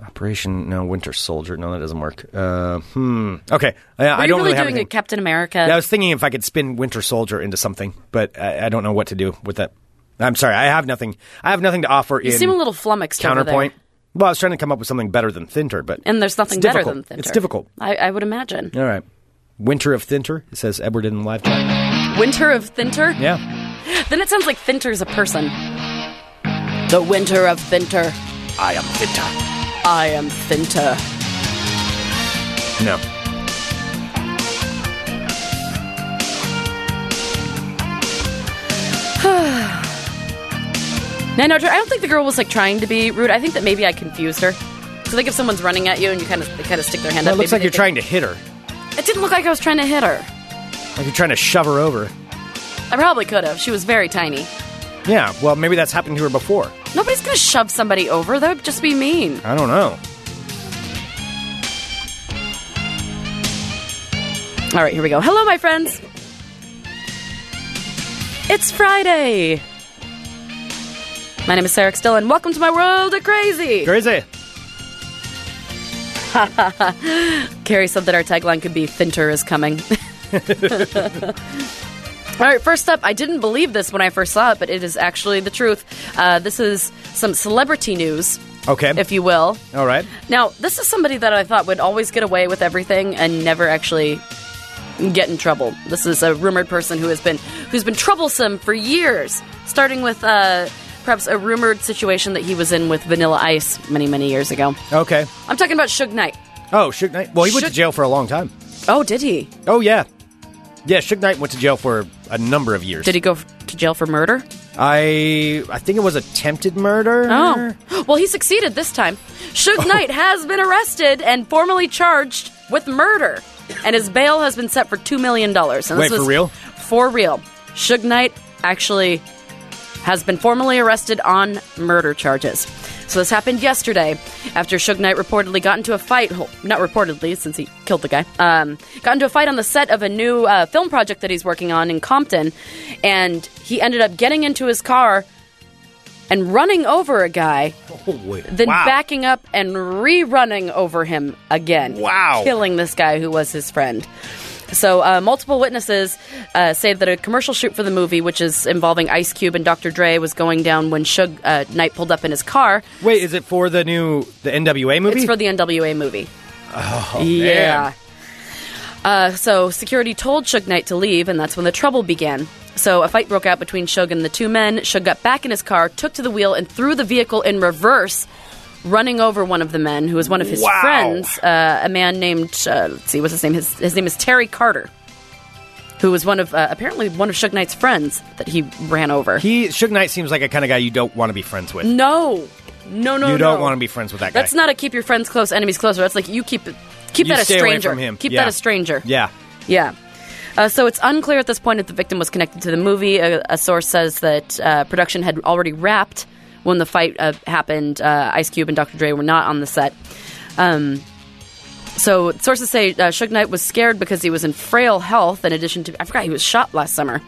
Speaker 6: Operation no Winter Soldier. No, that doesn't work. Uh, hmm. Okay. I,
Speaker 7: Are
Speaker 6: I
Speaker 7: you
Speaker 6: don't
Speaker 7: really,
Speaker 6: have
Speaker 7: doing a
Speaker 6: anything.
Speaker 7: Captain America?
Speaker 6: Yeah, I was thinking if I could spin Winter Soldier into something, but I, I don't know what to do with that. I'm sorry, I have nothing. I have nothing to offer
Speaker 7: you
Speaker 6: in
Speaker 7: seem a little flummoxed. over there.
Speaker 6: counterpoint. Well, I was trying to come up with something better than Thinter, but
Speaker 7: and there's nothing
Speaker 6: it's
Speaker 7: better
Speaker 6: difficult.
Speaker 7: than Thinter.
Speaker 6: It's difficult.
Speaker 7: I, I would imagine.
Speaker 6: All right, Winter of Thinter says Edward in the live chat.
Speaker 7: Winter of Thinter.
Speaker 6: Yeah,
Speaker 7: Then it sounds like Thinter's a person. The Winter of Thinter.
Speaker 6: I am Thinter.
Speaker 7: I am Thinter.
Speaker 6: No,
Speaker 7: No, no, I don't think the girl was like trying to be rude. I think that maybe I confused her. So like if someone's running at you and you kind of they kind of stick their hand
Speaker 6: well,
Speaker 7: up.
Speaker 6: it looks like
Speaker 7: maybe
Speaker 6: you're
Speaker 7: they
Speaker 6: trying to hit her,
Speaker 7: think- It didn't look like I was trying to hit her.
Speaker 6: like you're trying to shove her over.
Speaker 7: I probably could have. She was very tiny.
Speaker 6: Yeah, well, maybe that's happened to her before.
Speaker 7: Nobody's gonna shove somebody over. That would just be mean.
Speaker 6: I don't know.
Speaker 7: All right, here we go. Hello, my friends. It's Friday. My name is Sarah Still, and welcome to my world of crazy.
Speaker 6: Crazy.
Speaker 7: Carrie said that our tagline could be "Finter is coming." All right, first up, I didn't believe this when I first saw it, but it is actually the truth. Uh, this is some celebrity news,
Speaker 6: Okay.
Speaker 7: if you will.
Speaker 6: All right.
Speaker 7: Now, this is somebody that I thought would always get away with everything and never actually get in trouble. This is a rumored person who has been who's been troublesome for years, starting with uh, perhaps a rumored situation that he was in with Vanilla Ice many, many years ago.
Speaker 6: Okay.
Speaker 7: I'm talking about Suge Knight.
Speaker 6: Oh, Suge Knight. Well, he went to
Speaker 7: Suge-
Speaker 6: jail for a long time.
Speaker 7: Oh, did he?
Speaker 6: Oh yeah, yeah. Suge Knight went to jail for a number of years.
Speaker 7: Did he go f- to jail for murder?
Speaker 6: I I think it was attempted murder.
Speaker 7: Oh. Well, he succeeded this time. Suge Knight has been arrested and formally charged with murder, and his bail has been set for $2 million. And this
Speaker 6: Wait, for
Speaker 7: was-
Speaker 6: real?
Speaker 7: For real. Suge Knight actually has been formally arrested on murder charges. So this happened yesterday after Suge Knight reportedly got into a fight. well, Not reportedly, since he killed the guy. Um, got into a fight on the set of a new uh, film project that he's working on in Compton, and he ended up getting into his car and running over a guy,
Speaker 6: Holy-
Speaker 7: then
Speaker 6: Oh, wow.
Speaker 7: backing up and rerunning over him again.
Speaker 6: Wow.
Speaker 7: Killing this guy who was his friend. So, uh, multiple witnesses uh, say that a commercial shoot for the movie, which is involving Ice Cube and Dr. Dre, was going down when Suge uh, Knight pulled up in his car.
Speaker 6: Wait, is it for the new the NWA movie?
Speaker 7: It's for the NWA movie. Oh, yeah. Uh, so security told Suge Knight to leave, and that's when the trouble began. So a fight broke out between Suge and the two men. Suge got back in his car, took to the wheel, and threw the vehicle in reverse, running over one of the men, who was one of his
Speaker 6: Wow.
Speaker 7: friends, uh, a man named uh, let's see, what's his name? His his name is Terry Carter, who was one of uh, apparently one of Suge Knight's friends that he ran over.
Speaker 6: he Suge Knight seems like a kind of guy you don't want to be friends with.
Speaker 7: no, no, no,
Speaker 6: you don't
Speaker 7: no.
Speaker 6: want to be friends with that guy.
Speaker 7: That's not a keep your friends close, enemies closer. That's like you keep keep
Speaker 6: You
Speaker 7: that a
Speaker 6: stay away
Speaker 7: stranger.
Speaker 6: from him.
Speaker 7: Keep
Speaker 6: Yeah.
Speaker 7: that a stranger.
Speaker 6: Yeah.
Speaker 7: Yeah. Uh, so it's unclear at this point if the victim was connected to the movie. A, a source says that uh, production had already wrapped when the fight uh, happened, uh, Ice Cube and Dr. Dre were not on the set. Um, so sources say uh, Suge Knight was scared because he was in frail health. In addition to, I forgot he was shot last summer.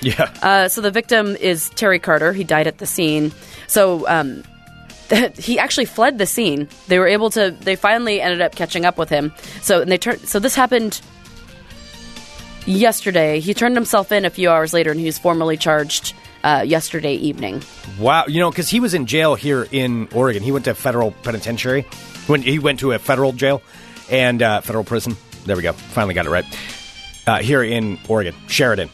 Speaker 6: Yeah.
Speaker 7: Uh, so the victim is Terry Carter. He died at the scene. So um, he actually fled the scene. They were able to. They finally ended up catching up with him. So and they turned. So this happened yesterday. He turned himself in a few hours later, and he was formally charged uh, yesterday evening.
Speaker 6: Wow, you know, because he was in jail here in Oregon. He went to federal penitentiary. When he went to a federal jail and uh, federal prison. There we go. Finally got it right. Uh, here in Oregon, Sheridan,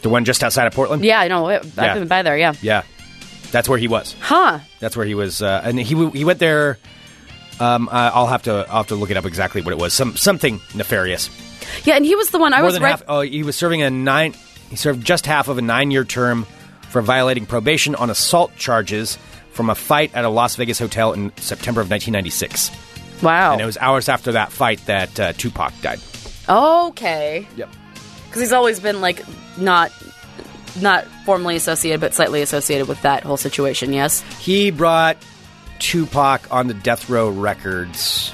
Speaker 6: the one just outside of Portland.
Speaker 7: Yeah, I know. I've
Speaker 6: Yeah.
Speaker 7: been by there. Yeah.
Speaker 6: yeah, that's where he was.
Speaker 7: Huh.
Speaker 6: That's where he was, uh, and he w- he went there. Um, I- I'll have to I'll have to look it up exactly what it was. Some something nefarious.
Speaker 7: Yeah, and he was the one I
Speaker 6: More
Speaker 7: was
Speaker 6: than
Speaker 7: right.
Speaker 6: half. Oh, he was serving a nine. He served just half of a nine-year term for violating probation on assault charges from a fight at a Las Vegas hotel in September of 1996.
Speaker 7: Wow.
Speaker 6: And it was hours after that fight that uh, Tupac died.
Speaker 7: okay.
Speaker 6: Yep.
Speaker 7: because he's always been like not not formally associated but slightly associated with that whole situation yes
Speaker 6: He brought Tupac on the Death Row Records.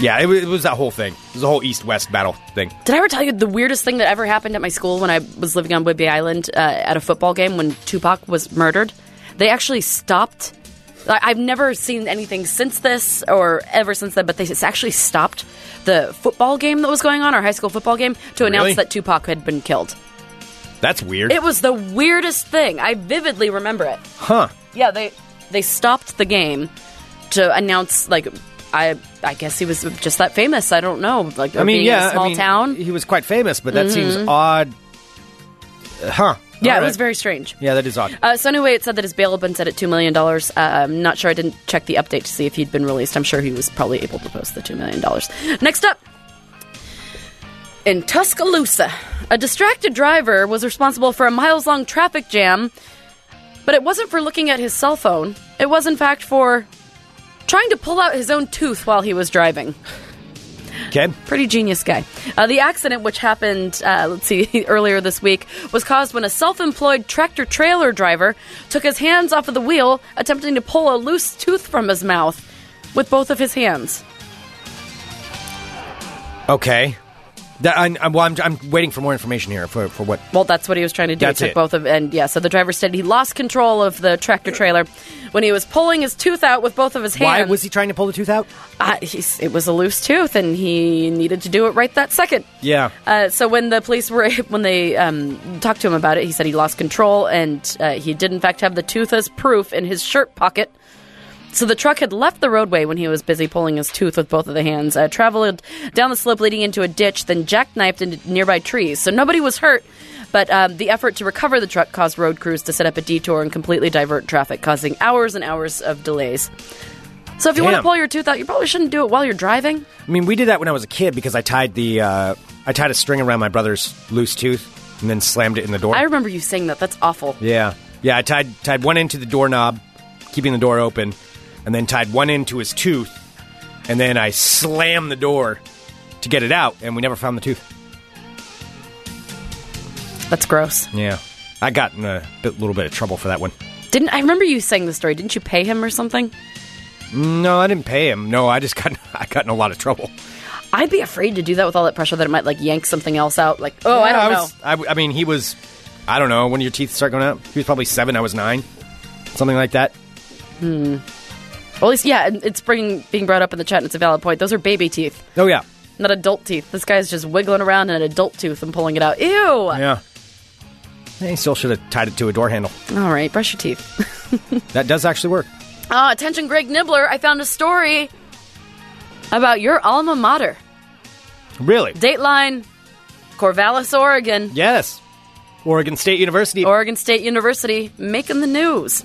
Speaker 6: Yeah, it was, it was that whole thing. It was a whole East-West battle thing.
Speaker 7: did i ever tell you the weirdest thing that ever happened at my school when i was living on whidbey island uh, at a football game when tupac was murdered they actually stopped I- I've never seen anything since this or ever since then, but they s- actually stopped the football game that was going on, our high school football game, to announce
Speaker 6: Really?
Speaker 7: that Tupac had been killed.
Speaker 6: That's weird.
Speaker 7: It was the weirdest thing. I vividly remember it.
Speaker 6: huh.
Speaker 7: yeah they they stopped the game to announce like i i guess he was just that famous i don't know like
Speaker 6: I mean,
Speaker 7: being
Speaker 6: yeah,
Speaker 7: in a small
Speaker 6: I mean,
Speaker 7: town Mm-hmm.
Speaker 6: He was quite famous, but that seems odd. Uh, Huh.
Speaker 7: yeah
Speaker 6: All
Speaker 7: it was
Speaker 6: right.
Speaker 7: very strange
Speaker 6: Yeah, that is odd.
Speaker 7: uh, so anyway it said that his bail had been set at $2 million uh, i'm not sure i didn't check the update to see if he'd been released i'm sure he was probably able to post the $2 million next up in tuscaloosa a distracted driver was responsible for a miles long traffic jam but it wasn't for looking at his cell phone it was in fact for trying to pull out his own tooth while he was driving
Speaker 6: Okay.
Speaker 7: Pretty genius guy. Uh, the accident, which happened, uh, let's see, earlier this week, was caused when a self employed tractor trailer driver took his hands off of the wheel, attempting to pull a loose tooth from his mouth with both of his hands.
Speaker 6: Okay. That, I, I'm, well, I'm, I'm waiting for more information here for, for what.
Speaker 7: Well, that's what he was trying to do.
Speaker 6: That's
Speaker 7: he took
Speaker 6: it.
Speaker 7: both of, and yeah, so the driver said he lost control of the tractor trailer when he was pulling his tooth out with both of his
Speaker 6: Why
Speaker 7: hands.
Speaker 6: was he trying to pull the tooth out?
Speaker 7: Uh, he's, it was a loose tooth, and he needed to do it right that second.
Speaker 6: Yeah.
Speaker 7: Uh, so when the police were when they um, talked to him about it, he said he lost control and uh, he did in fact have the tooth as proof in his shirt pocket. So the truck had left the roadway when he was busy pulling his tooth with both of the hands. Uh, traveled down the slope leading into a ditch, then jackknifed into nearby trees. So nobody was hurt, but um, the effort to recover the truck caused road crews to set up a detour and completely divert traffic, causing hours and hours of delays. So if you want to
Speaker 6: Damn.
Speaker 7: pull your tooth out, you probably shouldn't do it while you're driving.
Speaker 6: I mean, we did that when I was a kid because I tied the uh, I tied a string around my brother's loose tooth and then slammed it in the door.
Speaker 7: I remember you saying that. That's awful.
Speaker 6: yeah, yeah. I tied tied one end to the doorknob, keeping the door open, and then tied one end to his tooth, and then I slammed the door to get it out, and we never found the tooth.
Speaker 7: That's gross.
Speaker 6: Yeah, I got in a bit, little bit of trouble for that one.
Speaker 7: Didn't I remember you saying the story? Didn't you pay him or something?
Speaker 6: No, I didn't pay him. No, I just got I got in a lot of trouble.
Speaker 7: I'd be afraid to do that with all that pressure that it might like yank something else out. Like, oh, I
Speaker 6: Yeah,
Speaker 7: don't
Speaker 6: was- I, w- I mean, he was, I don't know, when your teeth start going out? He was probably seven, I was nine. Something like that.
Speaker 7: know. Well, at least, yeah, and it's bringing, being brought up in the chat, and it's a valid point. Those are baby teeth,
Speaker 6: Oh, yeah.
Speaker 7: not adult teeth. This guy's just wiggling around in an adult tooth and pulling it out. Ew!
Speaker 6: Yeah. Yeah, He still should have tied it to a door handle.
Speaker 7: All right, brush your teeth.
Speaker 6: That does actually work.
Speaker 7: Ah, attention, Greg Nibbler. I found a story about your alma mater,
Speaker 6: Really?
Speaker 7: Dateline, Corvallis, Oregon.
Speaker 6: Yes. Oregon State University.
Speaker 7: Oregon State University making the news.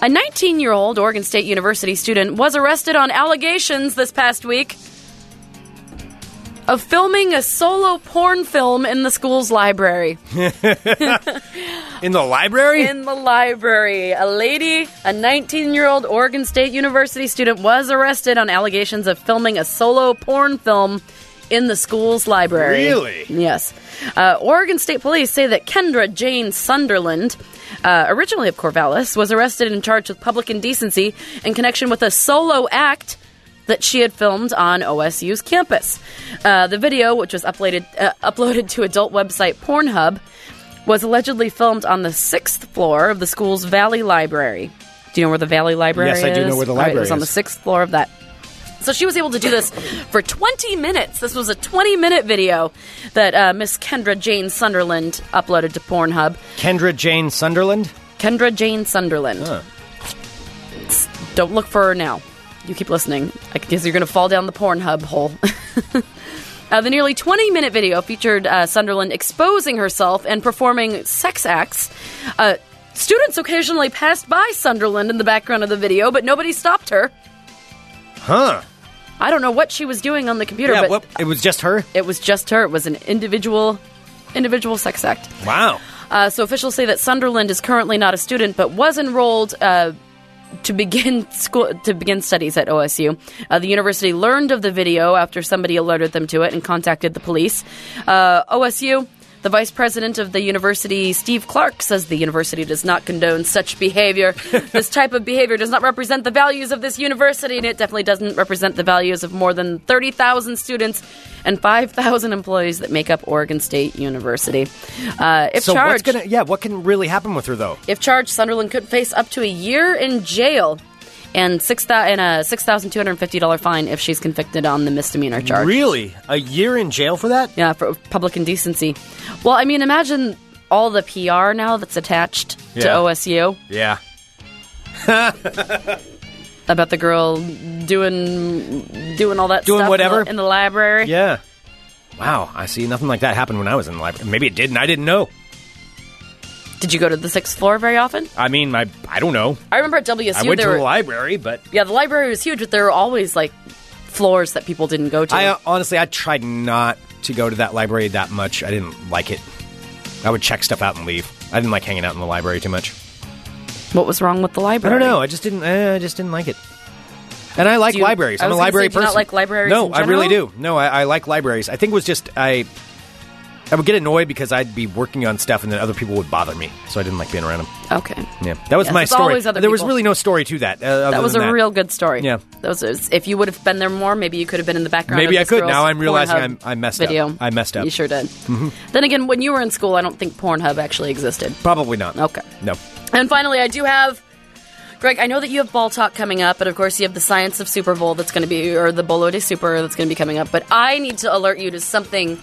Speaker 7: A 19 year old Oregon State University student was arrested on allegations this past week of filming a solo porn film in the school's library.
Speaker 6: in the library?
Speaker 7: In the library, a lady, a 19 year old Oregon State University student, was arrested on allegations of filming a solo porn film in the school's library.
Speaker 6: Really?
Speaker 7: Yes. Uh, Oregon State Police say that Kendra Jane Sunderland, uh, originally of Corvallis, was arrested and charged with public indecency in connection with a solo act that she had filmed on OSU's campus. Uh, the video, which was uploaded, uh, uploaded to adult website Pornhub, was allegedly filmed on the sixth floor of the school's Valley Library. Do you know where the Valley Library is?
Speaker 6: Yes, I do know where the
Speaker 7: All right, it
Speaker 6: library
Speaker 7: was on
Speaker 6: is.
Speaker 7: the sixth floor of that. So she was able to do this for 20 minutes. This was a 20 minute video that uh, Miss Kendra Jane Sunderland uploaded to Pornhub.
Speaker 6: Kendra Jane Sunderland.
Speaker 7: Kendra Jane Sunderland.
Speaker 6: Huh.
Speaker 7: S- Don't look for her now. You keep listening because you're going to fall down the Pornhub hole. Uh, the nearly 20 minute video featured uh, Sunderland exposing herself and performing sex acts. Uh, students occasionally passed by Sunderland in the background of the video, but nobody stopped her.
Speaker 6: Huh.
Speaker 7: I don't know what she was doing on the computer,
Speaker 6: Yeah.
Speaker 7: but
Speaker 6: Well, it was just her.
Speaker 7: it was just her. It was an individual, individual sex act.
Speaker 6: Wow.
Speaker 7: Uh, so officials say that Sunderland is currently not a student, but was enrolled uh, to begin school to begin studies at OSU. Uh, the university learned of the video after somebody alerted them to it and contacted the police. Uh, OSU. The vice president of the university, Steve Clark, says the university does not condone such behavior. this type of behavior does not represent the values of this university, and it definitely doesn't represent the values of more than 30,000 students and 5,000 employees that make up Oregon State University. Uh, if
Speaker 6: So what's
Speaker 7: charged,
Speaker 6: gonna? Yeah. What can really happen with her though?
Speaker 7: if charged, Sunderland could face up to a year in jail and six thou- and a six thousand two hundred fifty dollar fine if she's convicted on the misdemeanor charge.
Speaker 6: Really? A year in jail for that?
Speaker 7: Yeah, for public indecency. Well, I mean, imagine all the PR now that's attached to
Speaker 6: Yeah.
Speaker 7: OSU
Speaker 6: Yeah.
Speaker 7: about the girl doing doing all that
Speaker 6: Doing
Speaker 7: stuff in the-
Speaker 6: whatever.
Speaker 7: in the, library.
Speaker 6: Yeah. Wow. I see. Nothing like that happened when I was in the library. Maybe it did, and I didn't know.
Speaker 7: Did you go to the sixth floor very often?
Speaker 6: I mean, I I don't know.
Speaker 7: I remember at WSU
Speaker 6: I went
Speaker 7: there
Speaker 6: to
Speaker 7: were
Speaker 6: the library, but
Speaker 7: yeah the library was huge, but there were always like floors that people didn't go to.
Speaker 6: I uh, honestly I tried not to go to that library that much. I didn't like it. I would check stuff out and leave. I didn't like hanging out in the library too much.
Speaker 7: what was wrong with the
Speaker 6: I
Speaker 7: library?
Speaker 6: don't know. I just didn't. eh, I just didn't like it. And I like
Speaker 7: Do you-
Speaker 6: libraries.
Speaker 7: I
Speaker 6: I'm a
Speaker 7: was gonna
Speaker 6: library
Speaker 7: say, do you
Speaker 6: person.
Speaker 7: not like libraries
Speaker 6: No,
Speaker 7: in
Speaker 6: I really
Speaker 7: general?
Speaker 6: do. No, I, I like libraries. I think it was just I. I would get annoyed because I'd be working on stuff and then other people would bother me, so I didn't like being around them.
Speaker 7: Okay.
Speaker 6: Yeah, that was
Speaker 7: Yes,
Speaker 6: my
Speaker 7: it's
Speaker 6: story.
Speaker 7: always other
Speaker 6: there was
Speaker 7: people.
Speaker 6: really no story to that. uh, other
Speaker 7: That was a
Speaker 6: than
Speaker 7: real good story.
Speaker 6: Yeah.
Speaker 7: That was, if you would have been there more, maybe you could have been in the background.
Speaker 6: Maybe
Speaker 7: of
Speaker 6: I
Speaker 7: this
Speaker 6: could.
Speaker 7: girl's
Speaker 6: Now I'm realizing
Speaker 7: Pornhub
Speaker 6: I'm- I messed up.
Speaker 7: video.
Speaker 6: I messed up. Mm-hmm.
Speaker 7: You sure did. Then again, when you were in school, I don't think Pornhub actually existed.
Speaker 6: Probably not.
Speaker 7: Okay.
Speaker 6: No.
Speaker 7: And finally, I do have. Greg, I know that you have ball talk coming up, and of course you have the science of Super Bowl that's going to be, or the Bolo de Super that's going to be coming up. But I need to alert you to something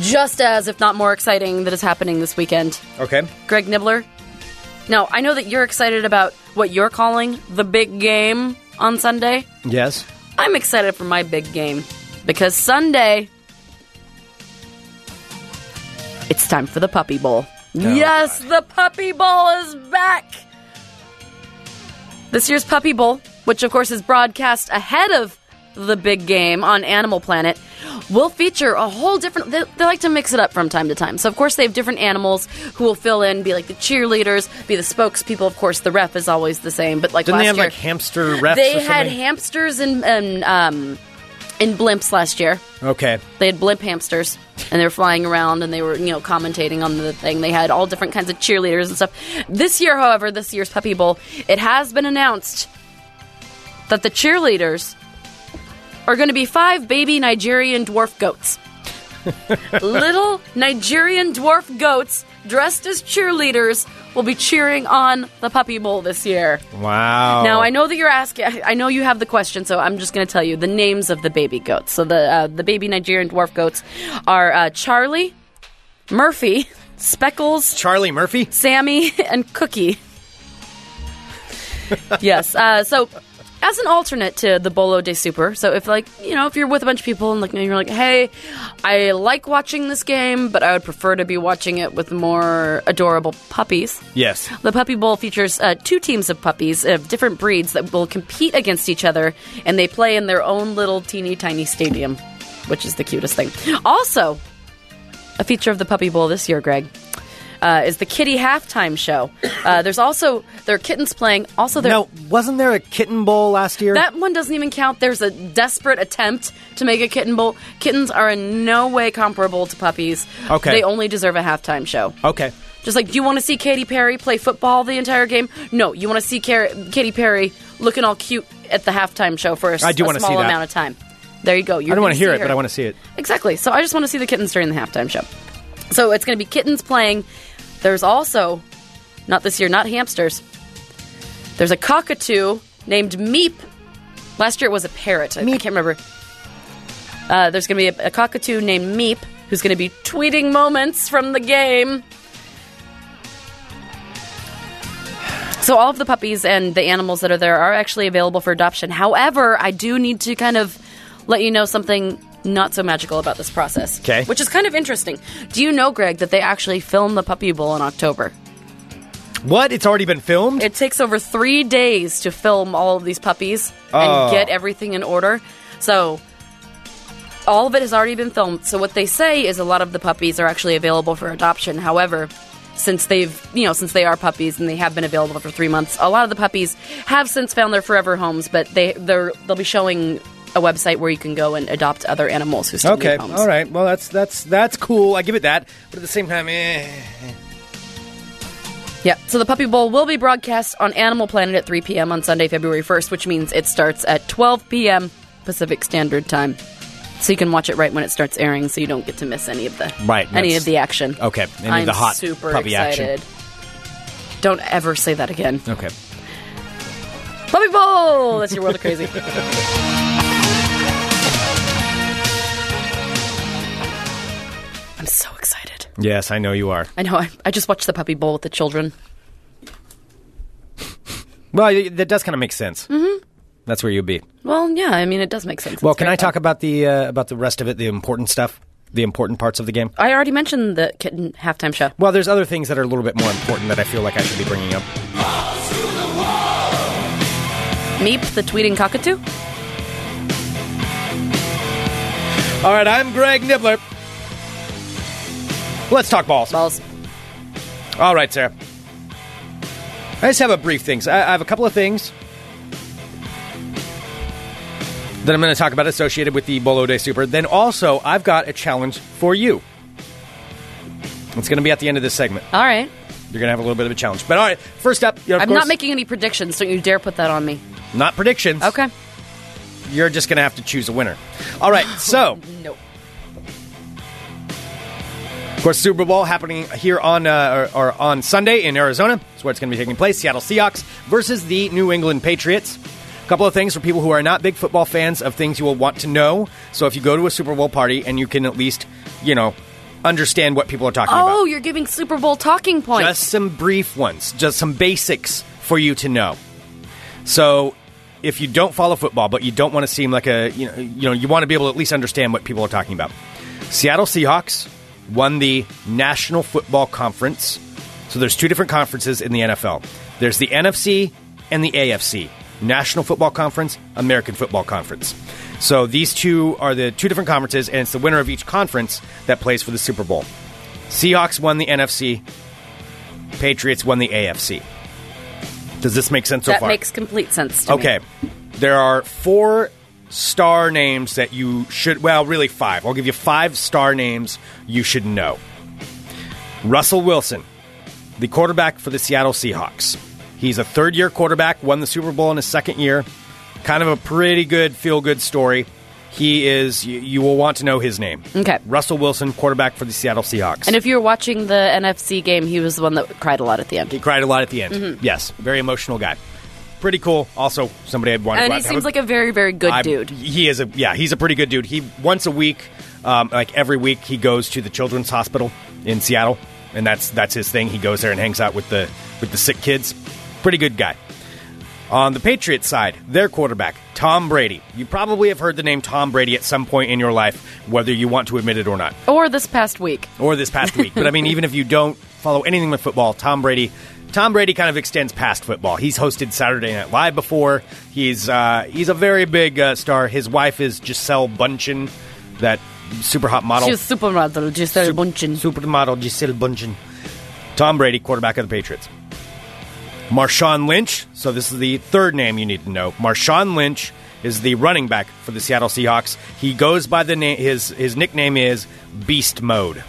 Speaker 7: just as, if not more exciting, that is happening this weekend.
Speaker 6: Okay.
Speaker 7: Greg Nibbler. Now, I know that you're excited about what you're calling the big game on Sunday.
Speaker 6: Yes.
Speaker 7: I'm excited for my big game because Sunday it's time for the Puppy Bowl. yes, the Puppy Bowl is back. This year's Puppy Bowl, which of course is broadcast ahead of the big game on Animal Planet, will feature a whole different. They, they like to mix it up from time to time. So, of course, they have different animals who will fill in, be like the cheerleaders, be the spokespeople. Of course, the ref is always the same. But like
Speaker 6: Didn't
Speaker 7: last
Speaker 6: they have
Speaker 7: year,
Speaker 6: like hamster refs?
Speaker 7: they
Speaker 6: or
Speaker 7: had
Speaker 6: something?
Speaker 7: hamsters and and um and blimps last year.
Speaker 6: okay.
Speaker 7: They had blimp hamsters and they were flying around and they were, you know, commentating on the thing. They had all different kinds of cheerleaders and stuff. This year, however, this year's Puppy Bowl, it has been announced that the cheerleaders are going to be five baby Nigerian dwarf goats. Little Nigerian dwarf goats dressed as cheerleaders will be cheering on the Puppy Bowl this year.
Speaker 6: Wow.
Speaker 7: Now I know that you're asking. I- I know you have the question, so I'm just going to tell you the names of the baby goats. So the uh, the baby Nigerian dwarf goats are uh, Charlie, Murphy, Speckles,
Speaker 6: Charlie Murphy.
Speaker 7: Sammy, and Cookie. yes. Uh, so as an alternate to the Bolo de Super, so if like you know if you're with a bunch of people and like you're like, hey, I like watching this game, but I would prefer to be watching it with more adorable puppies.
Speaker 6: Yes.
Speaker 7: The Puppy Bowl features uh, two teams of puppies of different breeds that will compete against each other, and they play in their own little teeny tiny stadium, which is the cutest thing. Also, a feature of the Puppy Bowl this year, Greg. uh, is the Kitty halftime show. Uh, there's also there are kittens playing. Also, there
Speaker 6: Now, wasn't there a kitten bowl last year?
Speaker 7: that one doesn't even count. There's a desperate attempt to make a kitten bowl. Kittens are in no way comparable to puppies.
Speaker 6: Okay.
Speaker 7: they only deserve a halftime show.
Speaker 6: okay.
Speaker 7: Just like, do you want to see Katy Perry play football the entire game? No, you want to see Car- Katy Perry looking all cute at the halftime show for a, s-
Speaker 6: I do
Speaker 7: a
Speaker 6: wanna see
Speaker 7: small
Speaker 6: that.
Speaker 7: amount of time. There you go.
Speaker 6: I don't want to hear it, but I want to see it.
Speaker 7: Exactly. So I just want to see the kittens during the halftime show. So it's going to be kittens playing. There's also, not this year, not hamsters. There's a cockatoo named Meep. Last year it was a parrot. I, I can't remember. Uh, there's going to be a, a cockatoo named Meep who's going to be tweeting moments from the game. So all of the puppies and the animals that are there are actually available for adoption. However, I do need to kind of let you know something not so magical about this process.
Speaker 6: 'Kay.
Speaker 7: Which is kind of interesting. Do you know, Greg, that they actually film the Puppy Bowl in October?
Speaker 6: What? It's already been filmed?
Speaker 7: It takes over three days to film all of these puppies
Speaker 6: Oh.
Speaker 7: and get everything in order. So all of it has already been filmed. So what they say is a lot of the puppies are actually available for adoption. However, since they've you know since they are puppies and they have been available for three months, a lot of the puppies have since found their forever homes. But they they're, they'll be showing a website where you can go and adopt other animals who still
Speaker 6: okay.
Speaker 7: need homes.
Speaker 6: All right. Well, that's that's that's cool. I give it that. But at the same time, eh.
Speaker 7: Yeah. So the Puppy Bowl will be broadcast on Animal Planet at 3 p.m. on Sunday, February 1st, which means it starts at 12 p.m. Pacific Standard Time. So you can watch it right when it starts airing, so you don't get to miss any of the
Speaker 6: Right,
Speaker 7: any
Speaker 6: that's-
Speaker 7: of the action.
Speaker 6: okay, any of
Speaker 7: I'm
Speaker 6: the hot
Speaker 7: super
Speaker 6: puppy action.
Speaker 7: excited. Don't ever say that again.
Speaker 6: Okay.
Speaker 7: Puppy Bowl. That's your world of crazy. I'm so excited.
Speaker 6: Yes, I know you are.
Speaker 7: I know. I, I just watched the Puppy Bowl with the children.
Speaker 6: Well, y- that does kind of make sense. Mm-hmm. That's where you'd be.
Speaker 7: Well, yeah. I mean, it does make sense.
Speaker 6: Well,
Speaker 7: It's
Speaker 6: can
Speaker 7: very
Speaker 6: I
Speaker 7: fun.
Speaker 6: talk about the uh, about the rest of it, the important stuff, the important parts of the game?
Speaker 7: I already mentioned the kitten halftime show.
Speaker 6: Well, there's other things that are a little bit more important that I feel like I should be bringing up.
Speaker 7: Meep, the tweeting cockatoo.
Speaker 6: All right, I'm Greg Nibbler. Let's talk balls.
Speaker 7: Balls.
Speaker 6: All right, Sarah. I just have a brief things. I, I have a couple of things that I'm going to talk about associated with the Bolo Day Super. Then also, I've got a challenge for you. It's going to be at the end of this segment.
Speaker 7: All right.
Speaker 6: You're going to have a little bit of a challenge. But all right, first up, you're, of
Speaker 7: I'm
Speaker 6: course,
Speaker 7: not making any predictions. Don't you dare put that on me.
Speaker 6: not predictions.
Speaker 7: Okay.
Speaker 6: You're just going to have to choose a winner. All right, so.
Speaker 7: No.
Speaker 6: Of course, Super Bowl happening here on uh, or, or on Sunday in Arizona. That's where it's going to be taking place. Seattle Seahawks versus the New England Patriots. A couple of things for people who are not big football fans of things you will want to know. So if you go to a Super Bowl party and you can at least, you know, understand what people are talking about.
Speaker 7: Oh, you're giving Super Bowl talking points.
Speaker 6: Just some brief ones, just some basics for you to know. So, if you don't follow football, but you don't want to seem like a you know, you know, you want to be able to at least understand what people are talking about. Seattle Seahawks won the National Football Conference. So there's two different conferences in the NFL. There's the NFC and the AFC. National Football Conference, American Football Conference. So these two are the two different conferences and it's the winner of each conference that plays for the Super Bowl. Seahawks won the NFC, Patriots won the AFC. Does this make sense so
Speaker 7: that
Speaker 6: far?
Speaker 7: makes complete sense. To me.
Speaker 6: okay. There are four star names that you should, well, really five. I'll give you five star names you should know Russell Wilson, the quarterback for the Seattle Seahawks. He's a third year quarterback, won the Super Bowl in his second year. Kind of a pretty good feel good story. He is, you, you will want to know his name.
Speaker 7: Okay.
Speaker 6: Russell Wilson, quarterback for the Seattle Seahawks.
Speaker 7: And if you were watching the NFC game, he was the one that cried a lot at the end.
Speaker 6: He cried a lot at the end.
Speaker 7: Mm-hmm.
Speaker 6: Yes, very emotional guy. Pretty cool. Also, somebody I'd want.
Speaker 7: And
Speaker 6: to
Speaker 7: he seems like a very, very good
Speaker 6: I-
Speaker 7: dude.
Speaker 6: He is a yeah. He's a pretty good dude. He once a week, um, like every week, he goes to the Children's Hospital in Seattle, and that's that's his thing. He goes there and hangs out with the with the sick kids. Pretty good guy. On the Patriots side, their quarterback Tom Brady. You probably have heard the name Tom Brady at some point in your life, whether you want to admit it or not
Speaker 7: Or this past week.
Speaker 6: or this past week. But I mean, even if you don't follow anything with football, Tom Brady, Tom Brady kind of extends past football. He's hosted Saturday Night Live before. He's uh, he's a very big uh, star. His wife is Giselle Bundchen, that super hot model,
Speaker 7: She was supermodel, Giselle Bundchen.
Speaker 6: supermodel Giselle Bundchen. Tom Brady, quarterback of the Patriots. Marshawn Lynch. So this is the third name you need to know. Marshawn Lynch is the running back for the Seattle Seahawks. He goes by the name. His his nickname is Beast Mode.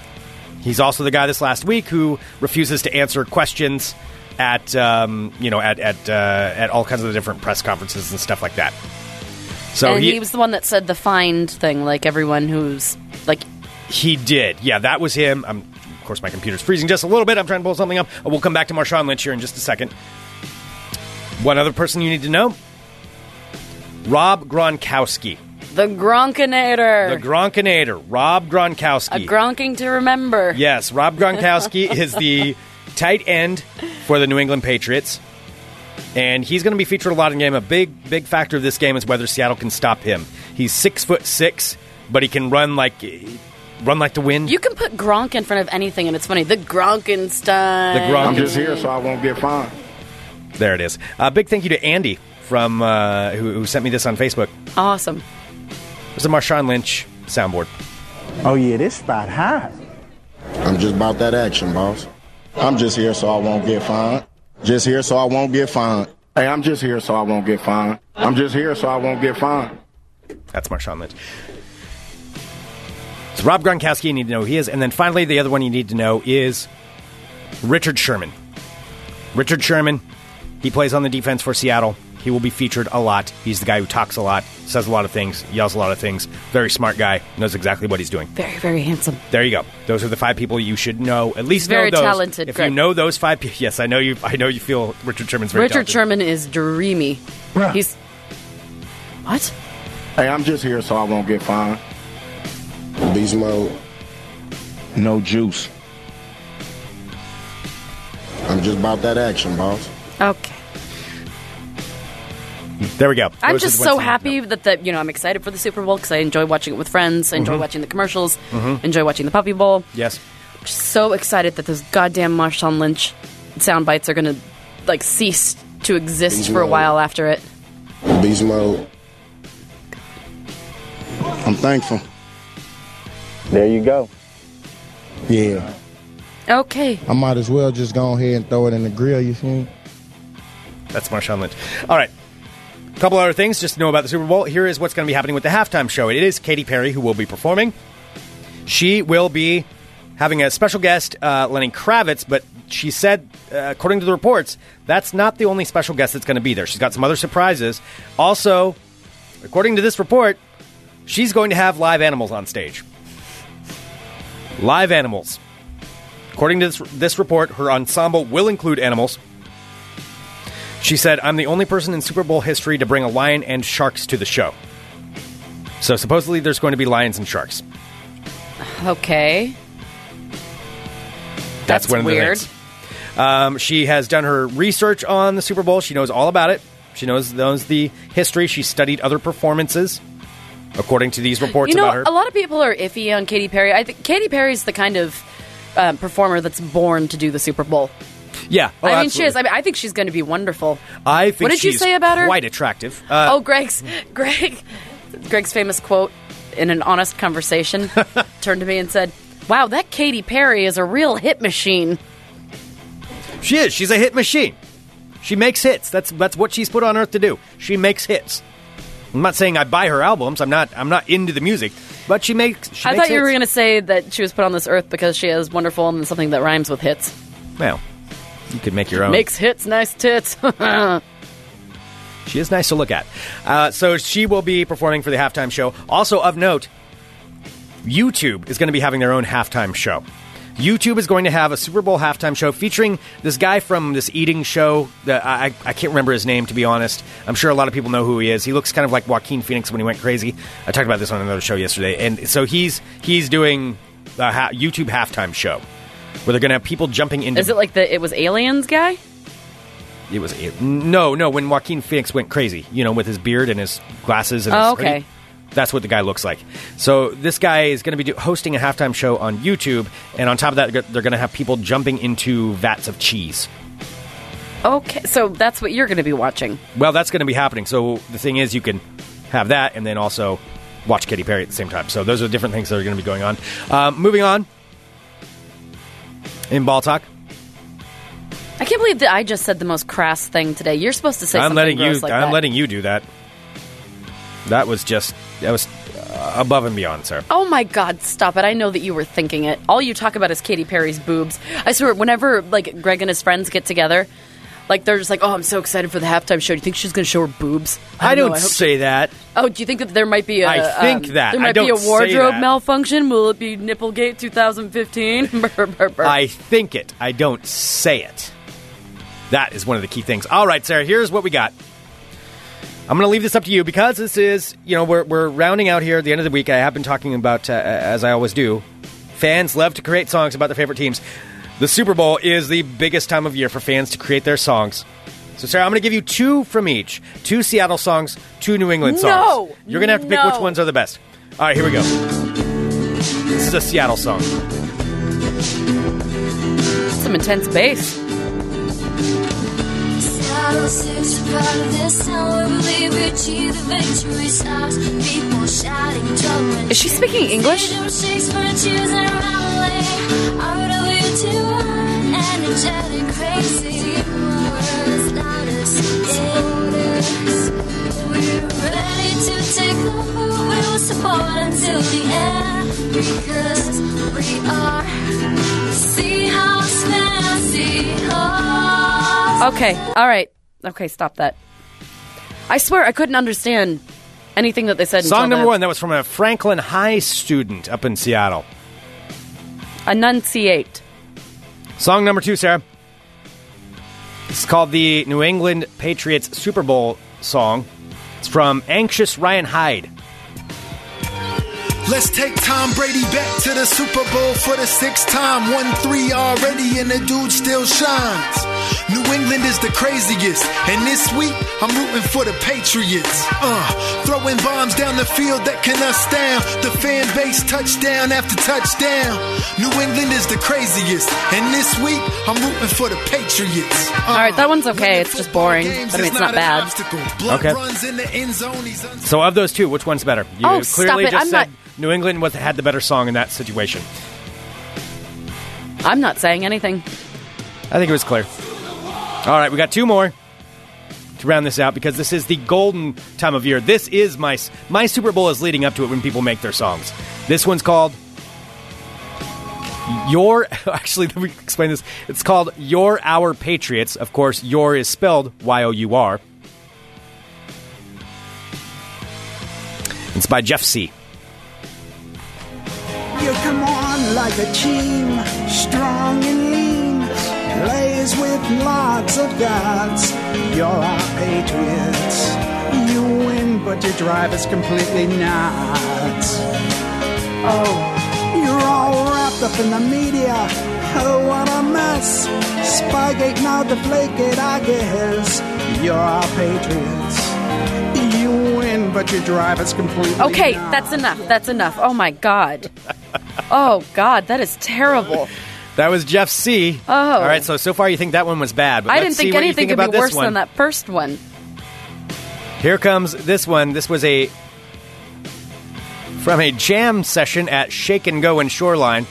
Speaker 6: He's also the guy this last week who refuses to answer questions at um, you know at at uh, at all kinds of the different press conferences and stuff like that. So
Speaker 7: and he, was the one that said the find thing, like everyone who's like,
Speaker 6: He did. Yeah, that was him. i of course, my computer's freezing just a little bit. I'm trying to pull something up. Uh, We'll come back to Marshawn Lynch here in just a second. One other person you need to know Rob Gronkowski,
Speaker 7: the Gronkinator.
Speaker 6: the Gronkinator. Rob Gronkowski.
Speaker 7: a Gronking to remember.
Speaker 6: Yes, Rob Gronkowski is the tight end for the New England Patriots. And he's going to be featured a lot in the game. A big, big factor of this game is whether Seattle can stop him. He's six foot six, but he can run like run like the wind.
Speaker 7: You can put Gronk in front of anything, and it's funny. The Gronkenstein.
Speaker 6: The Gronk-
Speaker 4: I'm just here so I won't get fined.
Speaker 6: There it is. Uh, big thank you to Andy from uh, who, who sent me this on Facebook.
Speaker 7: Awesome.
Speaker 6: It was a Marshawn Lynch soundboard.
Speaker 8: Oh yeah, this spot hot.
Speaker 4: I'm just about that action, boss. I'm just here so I won't get fined. Just here so I won't get fined. Hey, I'm just here so I won't get fined. I'm just here so I won't get fined.
Speaker 6: That's Marshawn Lynch. So Rob Gronkowski, you need to know who he is. And then finally, the other one you need to know is Richard Sherman. Richard Sherman, he plays on the defense for Seattle. He will be featured a lot. He's the guy who talks a lot, says a lot of things, yells a lot of things. Very smart guy, knows exactly what he's doing.
Speaker 7: Very, very handsome.
Speaker 6: There you go. Those are the five people you should know. At least
Speaker 7: Very
Speaker 6: know those.
Speaker 7: talented,
Speaker 6: If
Speaker 7: Greg.
Speaker 6: you know those five, pe- yes, I know you. I know you feel Richard Sherman's very
Speaker 7: Richard
Speaker 6: talented.
Speaker 7: Sherman is dreamy.
Speaker 4: Bruh.
Speaker 7: He's what?
Speaker 4: Hey, I'm just here so I won't get fined.
Speaker 9: Beast mode.
Speaker 4: No juice.
Speaker 9: I'm just about that action, boss.
Speaker 7: Okay.
Speaker 6: There we go.
Speaker 7: I'm
Speaker 6: Those are
Speaker 7: just so
Speaker 6: the ones you need to know.
Speaker 7: happy that the you know I'm excited for the Super Bowl because I enjoy watching it with friends. I enjoy
Speaker 6: Mm-hmm.
Speaker 7: watching the commercials. Enjoy watching the Puppy Bowl.
Speaker 6: Yes.
Speaker 7: Just so excited that those goddamn Marshawn Lynch sound bites are gonna like cease to exist for a
Speaker 9: Right.
Speaker 7: while after it.
Speaker 9: Beast mode.
Speaker 4: I'm thankful.
Speaker 8: There you go.
Speaker 4: Yeah.
Speaker 7: Okay.
Speaker 4: I might as well just go ahead and throw it in the grill, you feel me?
Speaker 6: That's Marshawn Lynch. All right. A couple other things just to know about the Super Bowl. Here is what's going to be happening with the halftime show. It is Katy Perry who will be performing. She will be having a special guest, uh, Lenny Kravitz, but she said, uh, according to the reports, that's not the only special guest that's going to be there. She's got some other surprises. Also, according to this report, she's going to have live animals on stage. Live animals. According to this, this report, her ensemble will include animals. She said, I'm the only person in Super Bowl history to bring a lion and sharks to the show. So supposedly there's going to be lions and sharks.
Speaker 7: Okay.
Speaker 6: That's,
Speaker 7: That's
Speaker 6: one of the
Speaker 7: weird.
Speaker 6: things. Um, she has done her research on the Super Bowl. She knows all about it. She knows knows the history. She studied other performances, according to these reports
Speaker 7: you know,
Speaker 6: about her.
Speaker 7: a lot of people are iffy on Katy Perry. I think Katy Perry's the kind of um, performer that's born to do the Super Bowl.
Speaker 6: yeah, oh,
Speaker 7: I mean,
Speaker 6: absolutely.
Speaker 7: she is. I, mean, I think she's going to be wonderful.
Speaker 6: I think
Speaker 7: What did you
Speaker 6: she's
Speaker 7: say about her?
Speaker 6: Quite attractive. Uh,
Speaker 7: oh, Greg's Greg, Greg's famous quote in an honest conversation turned to me and said, "Wow, that Katy Perry is a real hit machine."
Speaker 6: She is. She's a hit machine. She makes hits. That's that's what she's put on earth to do. She makes hits. I'm not saying I buy her albums. I'm not. I'm not into the music, but she makes. She
Speaker 7: I
Speaker 6: makes
Speaker 7: thought you were going
Speaker 6: hits.
Speaker 7: to say that she was put on this earth because she is wonderful and something that rhymes with hits.
Speaker 6: Well, you could make your own.
Speaker 7: Makes hits, nice tits.
Speaker 6: She is nice to look at. Uh, so she will be performing for the halftime show. Also of note, YouTube is going to be having their own halftime show. YouTube is going to have a Super Bowl halftime show featuring this guy from this eating show. That I, I I can't remember his name, to be honest. I'm sure a lot of people know who he is. He looks kind of like Joaquin Phoenix when he went crazy. I talked about this on another show yesterday, and so he's he's doing a ha- YouTube halftime show where they're going to have people jumping into.
Speaker 7: is it like the it was aliens guy?
Speaker 6: It was no, no. When Joaquin Phoenix went crazy, you know, with his beard and his glasses. And his
Speaker 7: Oh, okay.
Speaker 6: hoodie, that's what the guy looks like. So this guy is going to be do- hosting a halftime show on YouTube, and on top of that, they're going to have people jumping into vats of cheese.
Speaker 7: Okay, so that's what you're going to be watching.
Speaker 6: Well, that's going to be happening. So the thing is, you can have that, and then also watch Katy Perry at the same time. So those are different Uh, things that are going to be going on. Um, moving on in ball talk,
Speaker 7: I can't believe that I just said the most crass thing today. You're supposed to say
Speaker 6: I'm
Speaker 7: something
Speaker 6: letting you.
Speaker 7: gross like
Speaker 6: I'm
Speaker 7: that.
Speaker 6: letting you do that. That was just that was uh, above and beyond, sir.
Speaker 7: Oh my God! Stop it! I know that you were thinking it. All you talk about is Katy Perry's boobs. I swear, whenever like Greg and his friends get together, like they're just like, "Oh, I'm so excited for the halftime show. Do you think she's going to show her boobs?"
Speaker 6: I don't
Speaker 7: know. hope-
Speaker 6: say that.
Speaker 7: Oh, do you think that there might be a?
Speaker 6: I think
Speaker 7: um,
Speaker 6: that.
Speaker 7: there
Speaker 6: I
Speaker 7: might be
Speaker 6: don't
Speaker 7: a
Speaker 6: say
Speaker 7: wardrobe
Speaker 6: that.
Speaker 7: malfunction. Will it be Nipplegate 2015? Brr, brr, brr.
Speaker 6: I think it. I don't say it. That is one of the key things. All right, Sarah, here's what we got. I'm going to leave this up to you because this is, you know, we're, we're rounding out here at the end of the week. I have been talking about, uh, as I always do, fans love to create songs about their favorite teams. The Super Bowl is the biggest time of year for fans to create their songs. So, Sarah, I'm going to give you two from each two Seattle songs, two New England songs.
Speaker 7: No!
Speaker 6: You're going to have to pick
Speaker 7: No.
Speaker 6: which ones are the best. All right, here we go. This is a Seattle song.
Speaker 7: Some intense bass. Is
Speaker 10: Is
Speaker 7: she speaking English?
Speaker 10: Until the end, because we are Seahawks fantasy. Seahawks.
Speaker 7: Okay. All right. Okay. Stop that. I swear I couldn't understand anything that they said.
Speaker 6: Song
Speaker 7: until
Speaker 6: number
Speaker 7: the-
Speaker 6: one, that was from a Franklin High student up in Seattle.
Speaker 7: Enunciate.
Speaker 6: Song number two, Sarah. It's called the New England Patriots Super Bowl song. It's from Anxious Ryan Hyde.
Speaker 1: Let's take Tom Brady back to the Super Bowl for the sixth time. One three already, and the dude still shines. New England is the craziest, and this week I'm rooting for the Patriots. Uh, throwing bombs down the field that can us down. The fan base touchdown after touchdown. New England is the craziest, and this week I'm rooting for the Patriots. Uh, All
Speaker 7: right, that one's okay. It's just boring. I mean, it's not bad.
Speaker 6: Okay. So, of those two, which one's better? You
Speaker 7: Oh,
Speaker 6: clearly
Speaker 7: stop it.
Speaker 6: just
Speaker 7: I'm
Speaker 6: said
Speaker 7: not-
Speaker 6: New England was, had the better song in that situation.
Speaker 7: I'm not saying anything.
Speaker 6: I think it was clear. All right, we got two more to round this out because this is the golden time of year. This is my my Super Bowl is leading up to it when people make their songs. This one's called Your actually let me explain this. It's called Your Our Patriots. Of course, your is spelled Y O U R. It's by Jeff C.
Speaker 8: You come on like a team, strong and lean, plays with lots of guts. You're our patriots. You win, but you drive us completely nuts. Oh, you're all wrapped up in the media. Oh, what a mess. Spygate, now deflategate, I guess. You're our patriots. You win, but you drive us completely
Speaker 7: Okay,
Speaker 8: nuts.
Speaker 7: that's enough. That's enough. Oh my god. Oh god, that is terrible.
Speaker 6: That was Jeff C. Oh. All right, so so far you think that one was bad, but
Speaker 7: I
Speaker 6: let's
Speaker 7: didn't
Speaker 6: see
Speaker 7: think
Speaker 6: what you
Speaker 7: anything
Speaker 6: think
Speaker 7: could
Speaker 6: about
Speaker 7: be
Speaker 6: this
Speaker 7: worse
Speaker 6: one.
Speaker 7: than that first one.
Speaker 6: Here comes this one. This was a from a jam session at Shake and Go in Shoreline.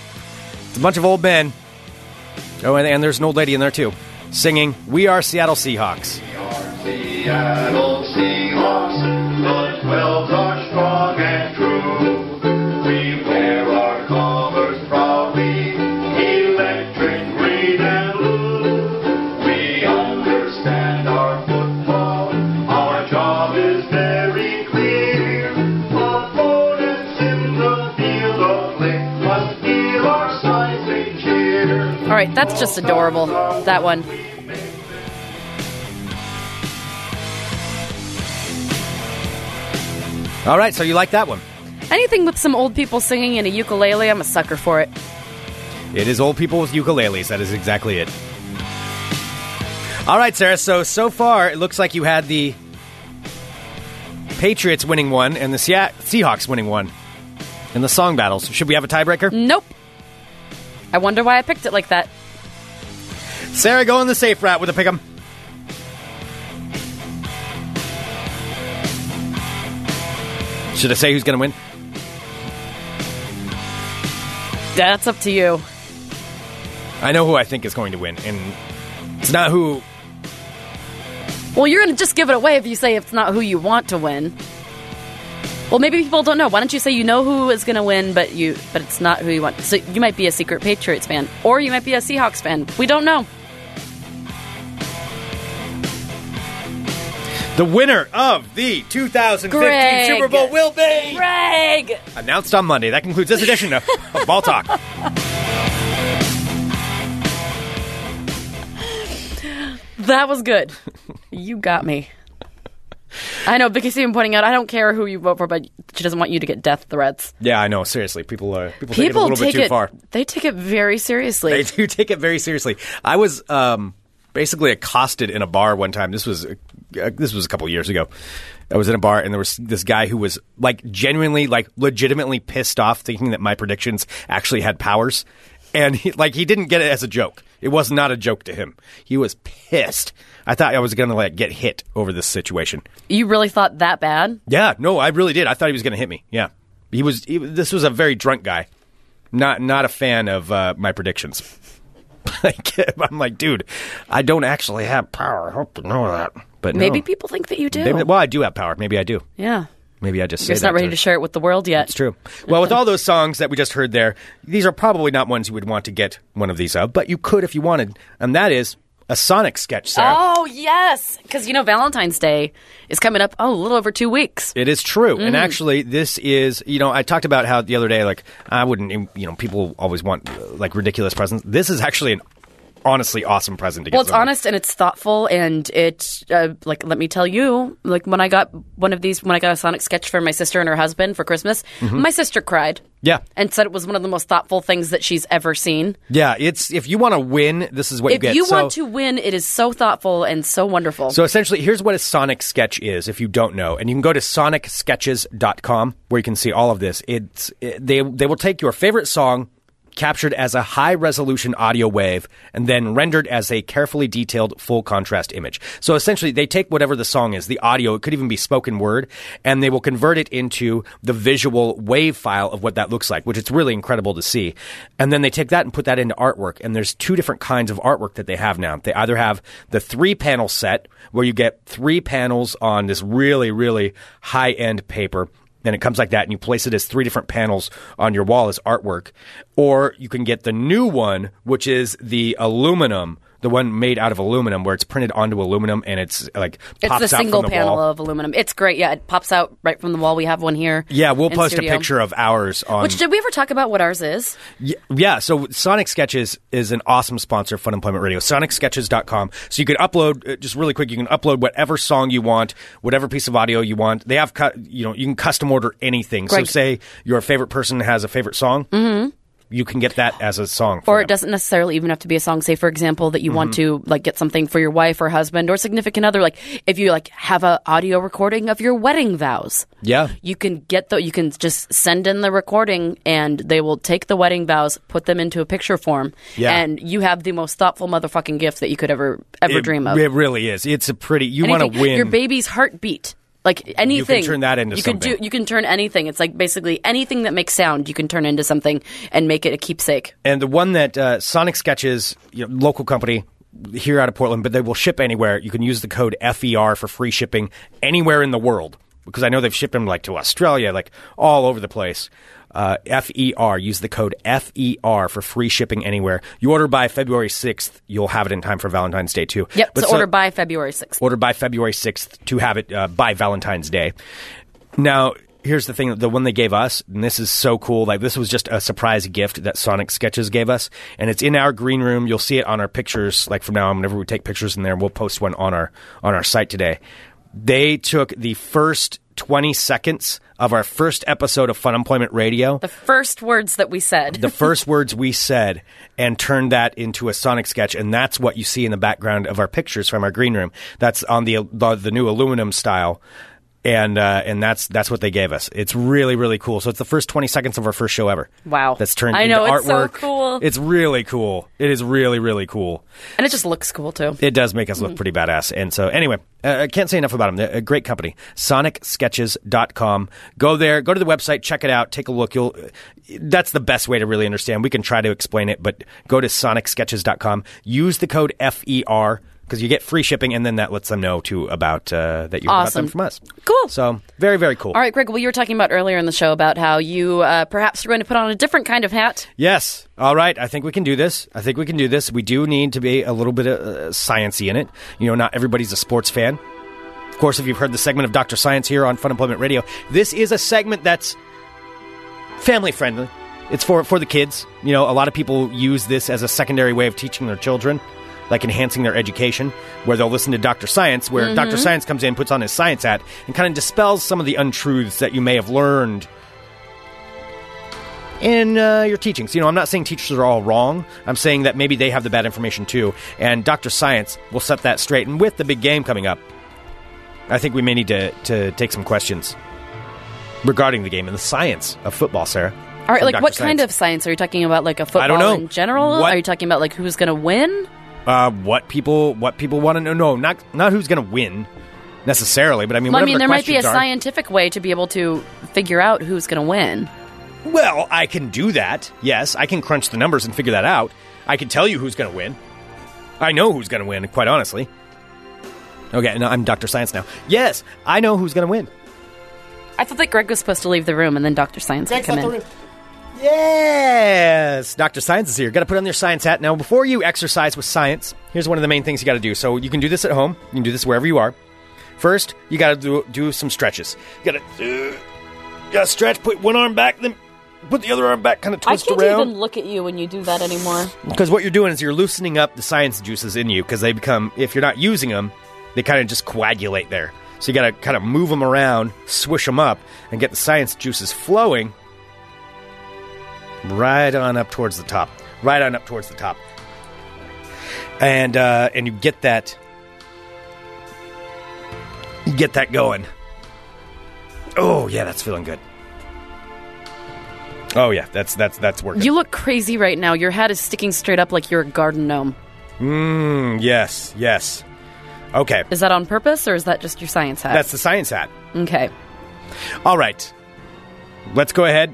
Speaker 6: It's a bunch of old men. Oh, and, and there's an old lady in there too, singing "We Are Seattle Seahawks."
Speaker 11: Seattle Seahawks, the 12 are strong and true. We wear our colors proudly, electric green and blue. We understand our football, our job is very clear. Opponents in the field of play must feel our sights and cheer.
Speaker 7: All right, that's just adorable. That one.
Speaker 6: All right, so you like that one?
Speaker 7: Anything with some old people singing in a ukulele, I'm a sucker for it.
Speaker 6: It is old people with ukuleles. That is exactly it. All right, Sarah. So so far, it looks like you had the Patriots winning one and the Sea- Seahawks winning one in the song battles. Should we have a tiebreaker?
Speaker 7: Nope. I wonder why I picked it like that.
Speaker 6: Sarah, go on the safe route with a pick'em. Should I say who's going to win?
Speaker 7: That's up to you.
Speaker 6: I know who I think is going to win, and It's not who.
Speaker 7: Well, you're going to just give it away if you say it's not who you want to win. Well, maybe people don't know. Why don't you say you know who is going to win, but you but it's not who you want. So you might be a secret Patriots fan, or you might be a Seahawks fan. We don't know.
Speaker 6: The winner of the 2015
Speaker 7: Greg.
Speaker 6: Super Bowl will be
Speaker 7: Greg.
Speaker 6: announced on Monday. That concludes this edition of, of Ball Talk.
Speaker 7: That was good. you got me. I know Vicky's even pointing out. I don't care who you vote for, but she doesn't want you to get death threats.
Speaker 6: Yeah, I know. Seriously, people uh, people, take it a
Speaker 7: People
Speaker 6: little bit
Speaker 7: take
Speaker 6: too
Speaker 7: it.
Speaker 6: far.
Speaker 7: They take it very seriously.
Speaker 6: They do take it very seriously. I was um, basically accosted in a bar one time. This was uh, this was a couple years ago. I was in a bar and there was this guy who was like genuinely, like legitimately pissed off, thinking that my predictions actually had powers, and he, like he didn't get it as a joke. It was not a joke to him. He was pissed. I thought I was gonna like get hit over this situation.
Speaker 7: You really thought that bad?
Speaker 6: Yeah, no, I really did. I thought he was going to hit me. Yeah, he was. He, this was a very drunk guy. Not not a fan of uh, my predictions. Like, I'm like, dude, I don't actually have power. I hope you know that. But no.
Speaker 7: Maybe people think that you do.
Speaker 6: Maybe- well, I do have power. Maybe I do.
Speaker 7: yeah.
Speaker 6: Maybe I just
Speaker 7: You're
Speaker 6: say
Speaker 7: just
Speaker 6: that
Speaker 7: not ready
Speaker 6: to-
Speaker 7: to share it with the world yet.
Speaker 6: It's true. Well, with all those songs that we just heard there, these are probably not ones you would want to get one of these of, but you could if you wanted, and that is a Sonic sketch, Sarah.
Speaker 7: Oh yes, because you know Valentine's Day is coming up. Oh, a little over two weeks.
Speaker 6: It is true. And
Speaker 7: Mhm.
Speaker 6: actually, this is, you know, I talked about how the other day, like, I wouldn't, you know, people always want, uh, like, ridiculous presents. This is actually an honestly awesome present to get.
Speaker 7: Well, it's
Speaker 6: someone.
Speaker 7: honest and it's thoughtful, and it uh, like let me tell you, like when I got one of these, when I got a Sonic sketch for my sister and her husband for Christmas,
Speaker 6: Mhm.
Speaker 7: my sister cried
Speaker 6: Yeah.
Speaker 7: and said it was one of the most thoughtful things that she's ever seen.
Speaker 6: Yeah. It's, if you want to win, this is what you
Speaker 7: if
Speaker 6: get.
Speaker 7: you
Speaker 6: So-
Speaker 7: want to win, it is so thoughtful and so wonderful.
Speaker 6: So essentially, here's what a Sonic sketch is, if you don't know. And you can go to sonicsketches.com where you can see all of this. It's it, they they will take your favorite song captured as a high resolution audio wave and then rendered as a carefully detailed full contrast image. So essentially they take whatever the song is, the audio, it could even be spoken word, and they will convert it into the visual wave file of what that looks like, which it's really incredible to see. And then they take that and put that into artwork. And there's two different kinds of artwork that they have now. They either have the three panel set where you get three panels on this really, really high end paper. And it comes like that, and you place it as three different panels on your wall as artwork. Or you can get the new one, which is the aluminum, the one made out of aluminum, where it's printed onto aluminum and it's like
Speaker 7: it's
Speaker 6: pops
Speaker 7: the
Speaker 6: out
Speaker 7: single
Speaker 6: from the
Speaker 7: panel
Speaker 6: wall.
Speaker 7: of aluminum. It's great. Yeah, it pops out right from the wall. We have one here.
Speaker 6: Yeah, we'll
Speaker 7: in
Speaker 6: post
Speaker 7: studio.
Speaker 6: a picture of ours on.
Speaker 7: Which did we ever talk about what ours is?
Speaker 6: Y- yeah, so Sonic Sketches is an awesome sponsor of Fun Employment Radio. SonicSketches.com. So you can upload uh, just really quick. You can upload whatever song you want, whatever piece of audio you want. They have, cu- you know, you can custom order anything.
Speaker 7: Greg.
Speaker 6: So say your favorite person has a favorite song, you can get that as a song.
Speaker 7: Mm-hmm. or it doesn't necessarily even have to be a song say for example that you want
Speaker 6: Mhm.
Speaker 7: to like get something for your wife or husband or significant other like if you like have a audio recording of your wedding vows
Speaker 6: Yeah.
Speaker 7: you can get the you can just send in the recording and they will take the wedding vows put them into a picture form
Speaker 6: Yeah.
Speaker 7: and you have the most thoughtful motherfucking gift that you could ever ever
Speaker 6: it,
Speaker 7: dream of
Speaker 6: It really is. It's a pretty. You want to
Speaker 7: Anything.
Speaker 6: win.
Speaker 7: your baby's heartbeat like anything
Speaker 6: turn that into
Speaker 7: you
Speaker 6: something.
Speaker 7: could do you can turn anything it's like basically anything that makes sound you can turn into something and make it a keepsake
Speaker 6: And the one that uh, Sonic Sketches, you know, local company here out of Portland, but they will ship anywhere. You can use the code FER for free shipping anywhere in the world because I know they've shipped them like to Australia, like all over the place. Uh, FER, use the code FER for free shipping anywhere. You order by February 6th, you'll have it in time for Valentine's Day too.
Speaker 7: yep
Speaker 6: But
Speaker 7: so order by february 6th
Speaker 6: Order by February 6th to have it uh, by Valentine's Day. Now, here's the thing the one they gave us, and this is so cool. Like, this was just a surprise gift that Sonic Sketches gave us, and it's in our green room. You'll see it on our pictures, like from now on, whenever we take pictures in there, we'll post one on our, on our site today. They took the first 20 seconds of our first episode of Fun Employment Radio
Speaker 7: The first words that we said.
Speaker 6: the first words we said and turned that into a sonic sketch and that's what you see in the background of our pictures from our green room that's on the the, the new aluminum style and uh, and that's that's what they gave us. It's really really cool. So it's the first twenty seconds of our first show ever.
Speaker 7: Wow.
Speaker 6: that's turned
Speaker 7: I know,
Speaker 6: into
Speaker 7: it's so
Speaker 6: artwork.
Speaker 7: cool.
Speaker 6: It's really cool. It is really really cool.
Speaker 7: And it just looks cool too.
Speaker 6: It does make us look
Speaker 7: Mhm.
Speaker 6: pretty badass. And so, anyway, uh, I can't say enough about them. They're a great company. SonicSketches.com. Go there, go to the website, check it out, take a look. You'll. That's the best way to really understand. We can try to explain it, but go to SonicSketches.com. Use the code FER because you get free shipping, and then that lets them know too about uh, that you heard about
Speaker 7: Awesome.
Speaker 6: them from us.
Speaker 7: Cool.
Speaker 6: So very very cool.
Speaker 7: All right, Greg. Well, you were talking about earlier in the show about how you uh, perhaps are going to put on a different kind of hat.
Speaker 6: Yes. All right. I think we can do this. I think we can do this. We do need to be a little bit uh, sciency in it. You know, not everybody's a sports fan. Of course, if you've heard the segment of Dr. Science here on Fun Employment Radio, this is a segment that's family friendly. It's for for the kids. You know, a lot of people use this as a secondary way of teaching their children, like enhancing their education, where they'll listen to Dr. Science, where
Speaker 12: Mhm.
Speaker 6: Dr. Science comes in, puts on his science hat, and kind of dispels some of the untruths that you may have learned in uh, your teachings. You know, I'm not saying teachers are all wrong. I'm saying that maybe they have the bad information too, and Dr. Science will set that straight. And with the big game coming up, I think we may need to, to take some questions regarding the game and the science of football, Sarah.
Speaker 7: All right, like what kind of science are you talking about? Like a football
Speaker 6: I don't know.
Speaker 7: in general?
Speaker 6: What-
Speaker 7: Are you talking about like who's going to win?
Speaker 6: Uh, what people what people want to know? No, not not who's going to win necessarily, but I mean,
Speaker 7: Well, I
Speaker 6: whatever
Speaker 7: mean,
Speaker 6: the
Speaker 7: there might be a
Speaker 6: questions are-
Speaker 7: scientific way to be able to figure out who's going to win.
Speaker 6: Well, I can do that. Yes, I can crunch the numbers and figure that out. I can tell you who's going to win. I know who's going to win, quite honestly. Okay, no, I'm Dr. Science now. Yes, I know who's going to win.
Speaker 7: I thought that Greg was supposed to leave the room and then Dr. Science would come in.
Speaker 6: Yes, Dr. Science is here. Got to put on your science hat. Now, before you exercise with science, here's one of the main things you got to do. So, you can do this at home, you can do this wherever you are. First, you got to do, do some stretches. You got to uh, gotta stretch, put one arm back, then put the other arm back, kind of twist around.
Speaker 7: look at you when you do that anymore.
Speaker 6: Because what you're doing is you're loosening up the science juices in you because they become, if you're not using them, they kind of just coagulate there. So you got to kind of move them around, swish them up, and get the science juices flowing right on up towards the top. Right on up towards the top. And uh, and you get that you get that going. Oh yeah, that's feeling good. Oh yeah, that's that's that's working.
Speaker 7: You look crazy right now. Your hat is sticking straight up like you're a garden gnome.
Speaker 6: Mmm, yes, yes. Okay.
Speaker 7: Is that on purpose or is that just your science hat?
Speaker 6: That's the science hat.
Speaker 7: okay.
Speaker 6: All right. Let's go ahead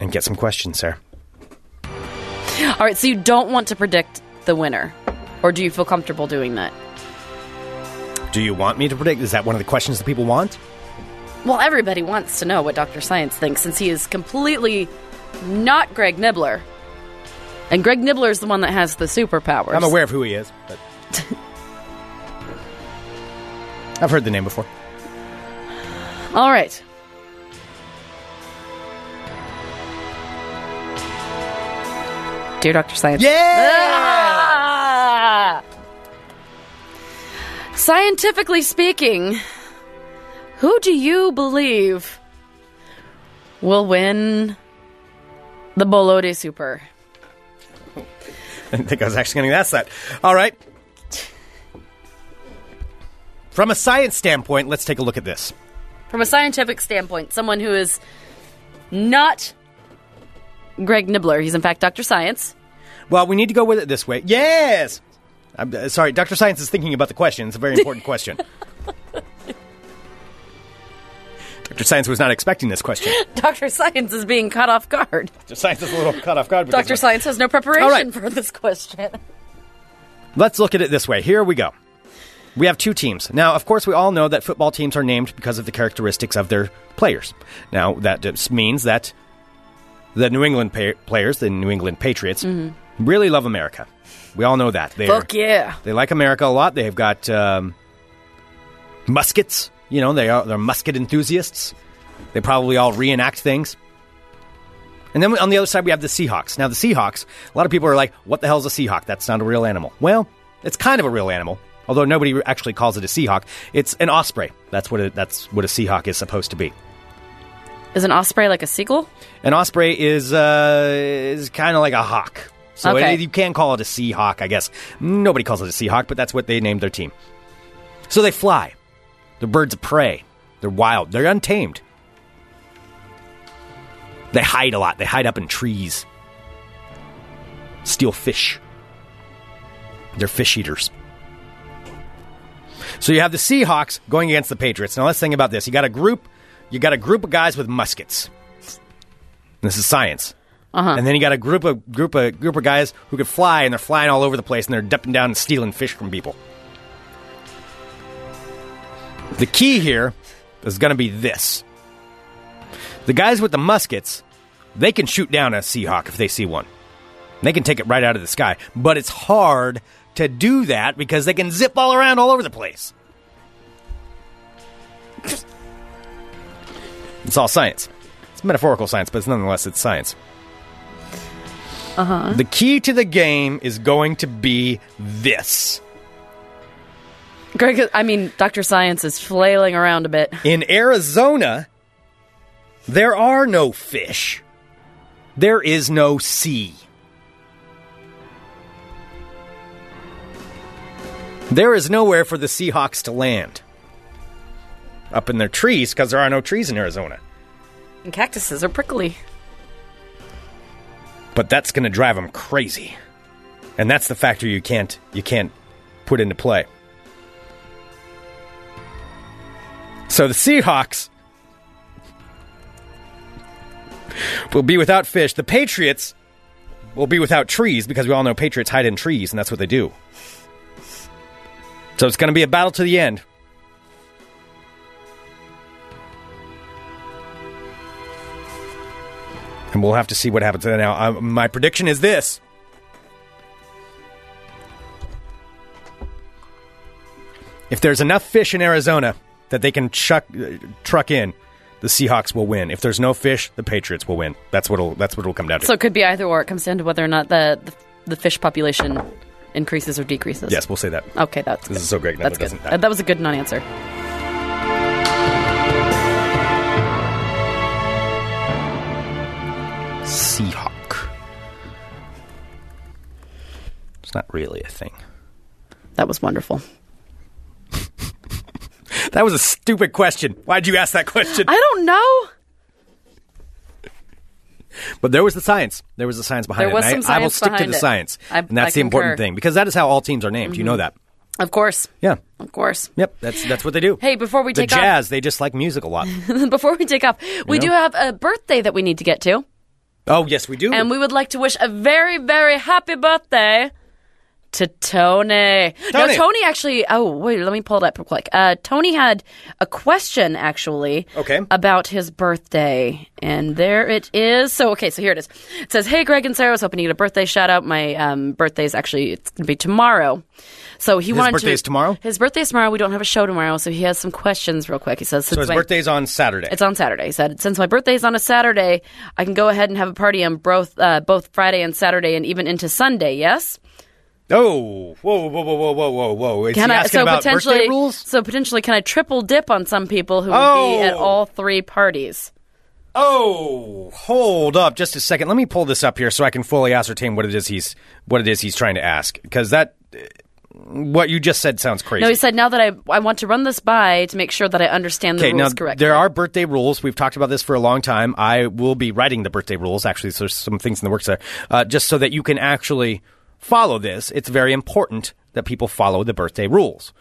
Speaker 6: and get some questions, Sarah.
Speaker 7: All right, so you don't want to predict the winner, or do you feel comfortable doing that?
Speaker 6: Do you want me to predict? Is that one of the questions that people want?
Speaker 7: Well, everybody wants to know what Dr. Science thinks since he is completely not Greg Nibbler. And Greg Nibbler is the one that has the superpowers.
Speaker 6: I'm aware of who he is, but I've heard the name before.
Speaker 7: All right. Dear Dr. Science. Yeah! Scientifically speaking, who do you believe will win the Bolode Super?
Speaker 6: I didn't think I was actually going to ask that. All right. From a science standpoint, let's take a look at this.
Speaker 7: From a scientific standpoint, someone who is not Greg Nibbler. He's, in fact, Dr. Science.
Speaker 6: Well, we need to go with it this way. Yes. I'm uh, sorry, Dr. Science is thinking about the question. It's a very important question. Dr. Science was not expecting this question.
Speaker 7: Dr. Science is being caught off guard.
Speaker 6: Dr. Science is a little caught off guard. because
Speaker 7: Dr.
Speaker 6: of-
Speaker 7: Science has no preparation
Speaker 6: All right.
Speaker 7: for this question.
Speaker 6: Let's look at it this way. Here we go. We have two teams. Now, of course, we all know that football teams are named because of the characteristics of their players. Now, that just means that the New England pa- players, the New England Patriots,
Speaker 7: Mhm.
Speaker 6: really love America. We all know that. They
Speaker 7: Fuck yeah.
Speaker 6: They like America a lot. They've got um, muskets. You know, they are they're musket enthusiasts. They probably all reenact things. And then on the other side, we have the Seahawks. Now, the Seahawks, a lot of people are like, what the hell's a Seahawk? That's not a real animal. Well, it's kind of a real animal, although nobody actually calls it a Seahawk. It's an osprey. That's what, a, that's what a Seahawk is supposed to be.
Speaker 7: Is an osprey like a seagull?
Speaker 6: An osprey is, uh, is kind of like a hawk. So
Speaker 7: Okay.
Speaker 6: it- you can call it a Seahawk, I guess. Nobody calls it a Seahawk, but that's what they named their team. So they fly. They're birds of prey. They're wild. They're untamed. They hide a lot. They hide up in trees. Steal fish. They're fish eaters. So you have the Seahawks going against the Patriots. Now let's think about this. You got a group, you got a group of guys with muskets. This is science.
Speaker 7: Uh-huh.
Speaker 6: And then you got a group of group of group of guys who could fly, and they're flying all over the place, and they're dumping down and stealing fish from people. The key here is going to be this: the guys with the muskets, they can shoot down a Seahawk if they see one. They can take it right out of the sky, but it's hard to do that because they can zip all around all over the place. It's all science. It's metaphorical science, but it's nonetheless it's science.
Speaker 7: Uh huh.
Speaker 6: The key to the game is going to be this.
Speaker 7: Greg, I mean, Dr. Science is flailing around a bit.
Speaker 6: In Arizona, there are no fish. There is no sea. There is nowhere for the Seahawks to land. Up in their trees, because there are no trees in Arizona.
Speaker 7: And cactuses are prickly.
Speaker 6: but that's going to drive them crazy. And that's the factor you can't you can't put into play. So the Seahawks will be without fish. The Patriots will be without trees because we all know Patriots hide in trees and that's what they do. So it's going to be a battle to the end. and we'll have to see what happens. Now, I, my prediction is this: if there's enough fish in Arizona that they can chuck, uh, truck in, the Seahawks will win. If there's no fish, the Patriots will win. That's what'll that's what'll come down to.
Speaker 7: So it could be either or. It comes down to whether or not the, the, the fish population increases or decreases.
Speaker 6: yes, we'll say that.
Speaker 7: Okay, that's
Speaker 6: this
Speaker 7: good.
Speaker 6: is so great. No,
Speaker 7: That's
Speaker 6: it
Speaker 7: good.
Speaker 6: doesn't-
Speaker 7: Uh, That was a good non-answer.
Speaker 6: Seahawk. It's not really a thing.
Speaker 7: That was wonderful.
Speaker 6: That was a stupid question. Why'd you ask that question?
Speaker 7: I don't know.
Speaker 6: But there was the science. There was the science behind
Speaker 7: There
Speaker 6: it.
Speaker 7: was
Speaker 6: and
Speaker 7: some
Speaker 6: I, I will
Speaker 7: science
Speaker 6: stick to
Speaker 7: behind
Speaker 6: the
Speaker 7: it.
Speaker 6: science.
Speaker 7: I-
Speaker 6: and that's
Speaker 7: I
Speaker 6: the important
Speaker 7: concur.
Speaker 6: thing because that is how all teams are named. You know
Speaker 7: Mhm.
Speaker 6: that.
Speaker 7: Of course.
Speaker 6: Yeah.
Speaker 7: Of course.
Speaker 6: Yep. That's that's what they do.
Speaker 7: Hey, before we
Speaker 6: the
Speaker 7: take off-
Speaker 6: jazz, they just like music a lot.
Speaker 7: Before we take off, we
Speaker 6: Yeah.
Speaker 7: do have a birthday that we need to get to.
Speaker 6: oh yes, we do.
Speaker 7: And we would like to wish a very, very happy birthday to Tony. Now,
Speaker 6: Tony.
Speaker 7: Tony actually, oh, wait, let me pull it up real quick. Uh, Tony had a question, actually,
Speaker 6: Okay.
Speaker 7: about his birthday. And there it is. So, okay, so here it is. It says, Hey, Greg and Sarah, I was hoping to get a birthday shout out. My um, birthday is actually, it's going to be tomorrow. So he
Speaker 6: His
Speaker 7: wanted
Speaker 6: birthday
Speaker 7: to,
Speaker 6: is tomorrow?
Speaker 7: His birthday is tomorrow. We don't have a show tomorrow, so he has some questions real quick. He says,
Speaker 6: so
Speaker 7: "Since
Speaker 6: his
Speaker 7: my-
Speaker 6: birthday's on Saturday.
Speaker 7: it's on Saturday. He said, since my birthday's on a Saturday, I can go ahead and have a party on both uh, both Friday and Saturday, and even into Sunday. Yes.
Speaker 6: oh, whoa, whoa, whoa, whoa, whoa, whoa, whoa! Is he
Speaker 7: I,
Speaker 6: asking about birthday rules?
Speaker 7: so potentially, can I triple dip on some people who will
Speaker 6: Oh.
Speaker 7: be at all three parties?
Speaker 6: Oh, hold up, just a second. Let me pull this up here so I can fully ascertain what it is he's what it is he's trying to ask because that uh, what you just said sounds crazy.
Speaker 7: No, he said now that I I want to run this by to make sure that I understand the
Speaker 6: Okay, now
Speaker 7: rules correctly.
Speaker 6: there are birthday rules. We've talked about this for a long time. I will be writing the birthday rules. Actually, so there's some things in the works there, uh, just so that you can actually follow this. It's very important that people follow the birthday rules.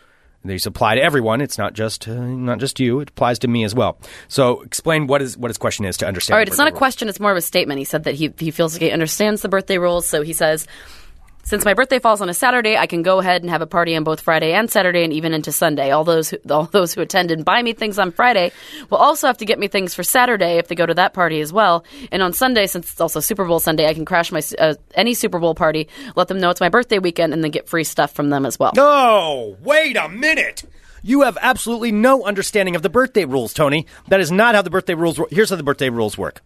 Speaker 6: These apply to everyone. It's not just uh, not just you. It applies to me as well. So explain what is what his question is to understand.
Speaker 7: All
Speaker 6: the
Speaker 7: right, it's not a
Speaker 6: birthday rules.
Speaker 7: question, it's more of a statement. He said that he, he feels like he understands the birthday rules, so he says, Since my birthday falls on a Saturday, I can go ahead and have a party on both Friday and Saturday and even into Sunday. All those who, all those who attend and buy me things on Friday will also have to get me things for Saturday if they go to that party as well. And on Sunday, since it's also Super Bowl Sunday, I can crash my uh, any Super Bowl party, let them know it's my birthday weekend, and then get free stuff from them as well.
Speaker 6: No, wait a minute. You have absolutely no understanding of the birthday rules, Tony. That is not how the birthday rules work. Here's how the birthday rules work.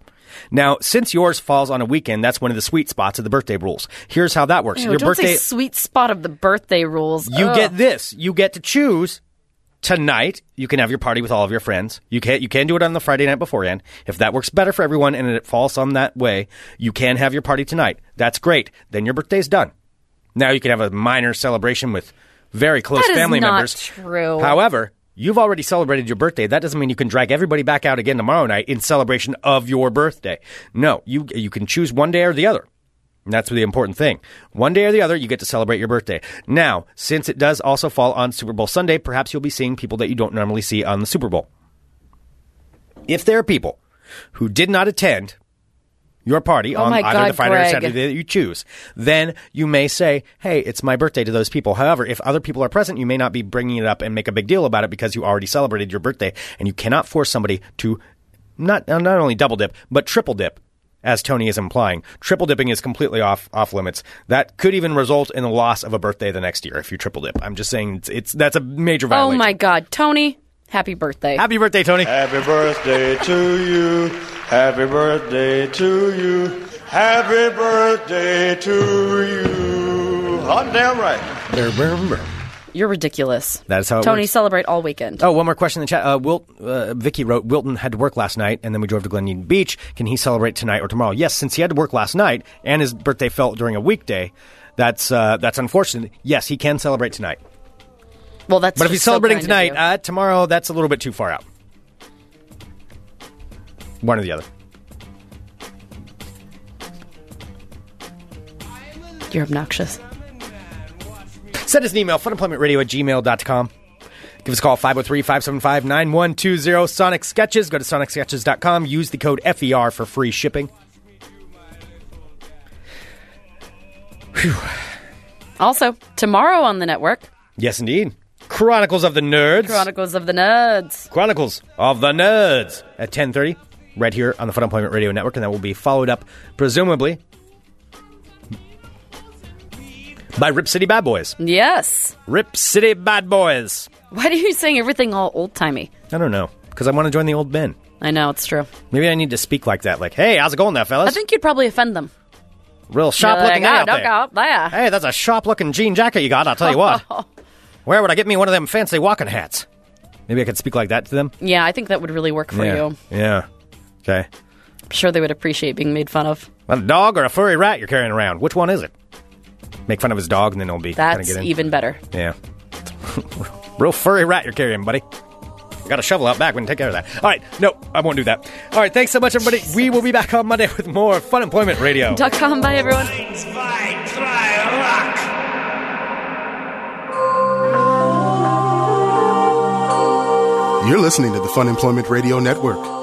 Speaker 6: Now, since yours falls on a weekend, that's one of the sweet spots of the birthday rules. Here's how that works.
Speaker 7: Ew, don't say sweet spot of the birthday rules.
Speaker 6: You
Speaker 7: Ugh.
Speaker 6: get this. You get to choose tonight. You can have your party with all of your friends. You can you can do it on the Friday night beforehand if that works better for everyone and it falls on that way. You can have your party tonight. That's great. Then your birthday's done. Now you can have a minor celebration with very close
Speaker 7: That is
Speaker 6: family
Speaker 7: not
Speaker 6: members.
Speaker 7: true.
Speaker 6: However, You've already celebrated your birthday. That doesn't mean you can drag everybody back out again tomorrow night in celebration of your birthday. No, you you can choose one day or the other. And that's the important thing. One day or the other, you get to celebrate your birthday. Now, since it does also fall on Super Bowl Sunday, perhaps you'll be seeing people that you don't normally see on the Super Bowl. If there are people who did not attend your party
Speaker 12: Oh
Speaker 6: on
Speaker 12: my
Speaker 6: either
Speaker 12: God,
Speaker 6: the Friday or
Speaker 12: Greg.
Speaker 6: Saturday that you choose, then you may say, hey, it's my birthday to those people. However, if other people are present, you may not be bringing it up and make a big deal about it because you already celebrated your birthday and you cannot force somebody to not, uh, not only double dip, but triple dip. As Tony is implying, triple dipping is completely off off limits. That could even result in the loss of a birthday the next year if you triple dip. I'm just saying it's, it's that's a major
Speaker 7: Oh
Speaker 6: violation.
Speaker 7: my God, Tony! Happy birthday!
Speaker 6: Happy birthday, Tony!
Speaker 13: Happy birthday to you. Happy birthday to you. Happy birthday to you. I'm damn right.
Speaker 7: You're ridiculous.
Speaker 6: That is how it
Speaker 7: Tony,
Speaker 6: works.
Speaker 7: celebrate all weekend.
Speaker 6: Oh, one more question in the chat. Uh, Wilt, uh, Vicky wrote, Wilton had to work last night, and then we drove to Glen Union Beach. Can he celebrate tonight or tomorrow? Yes, since he had to work last night, and his birthday fell during a weekday, that's uh, that's unfortunate. Yes, he can celebrate tonight.
Speaker 7: Well, that's
Speaker 6: but if he's
Speaker 7: just so
Speaker 6: celebrating
Speaker 7: kind
Speaker 6: tonight,
Speaker 7: of
Speaker 6: uh, tomorrow, that's a little bit too far out. One or the other.
Speaker 7: you.
Speaker 6: uh,
Speaker 7: you're obnoxious.
Speaker 6: Send us an email, funemploymentradio at gmail.com. Give us a call, 503 575 9120. Sonic Sketches. Go to sonicsketches.com. Use the code FER for free shipping.
Speaker 7: Also, tomorrow on the network,
Speaker 6: Yes, indeed. Chronicles of the Nerds.
Speaker 7: Chronicles of the Nerds.
Speaker 6: Chronicles of the Nerds at 10:30 right here on the Fun Employment Radio Network and that will be followed up presumably by Rip City Bad Boys.
Speaker 7: Yes.
Speaker 6: Rip City Bad Boys.
Speaker 7: Why do you saying everything all old timey?
Speaker 6: I don't know cuz I want to join the old bin.
Speaker 7: I know it's true.
Speaker 6: Maybe I need to speak like that like, "Hey, how's it going there,
Speaker 7: I
Speaker 6: fellas?"
Speaker 7: think you'd probably offend them.
Speaker 6: Real sharp
Speaker 7: You're like,
Speaker 6: looking
Speaker 7: "Ah,
Speaker 6: guy out
Speaker 7: don't
Speaker 6: there.
Speaker 7: go up there.
Speaker 6: Hey, that's a sharp looking jean jacket you got, I'll tell you what. Where would I get me one of them fancy walking hats? Maybe I could speak like that to them.
Speaker 7: Yeah, I think that would really work for
Speaker 6: yeah.
Speaker 7: you.
Speaker 6: Yeah. Okay.
Speaker 7: I'm sure they would appreciate being made fun of.
Speaker 6: A dog or a furry rat you're carrying around? Which one is it? Make fun of his dog, and then he'll be kind of
Speaker 7: That's
Speaker 6: get in.
Speaker 7: even better.
Speaker 6: Yeah, real furry rat you're carrying, buddy. You got a shovel out back. We can take care of that. All right, no, I won't do that. All right, thanks so much, everybody. We will be back on Monday with more Fun Employment Radio.
Speaker 7: Dot com. Bye, everyone.
Speaker 14: You're listening to the Fun Employment Radio Network.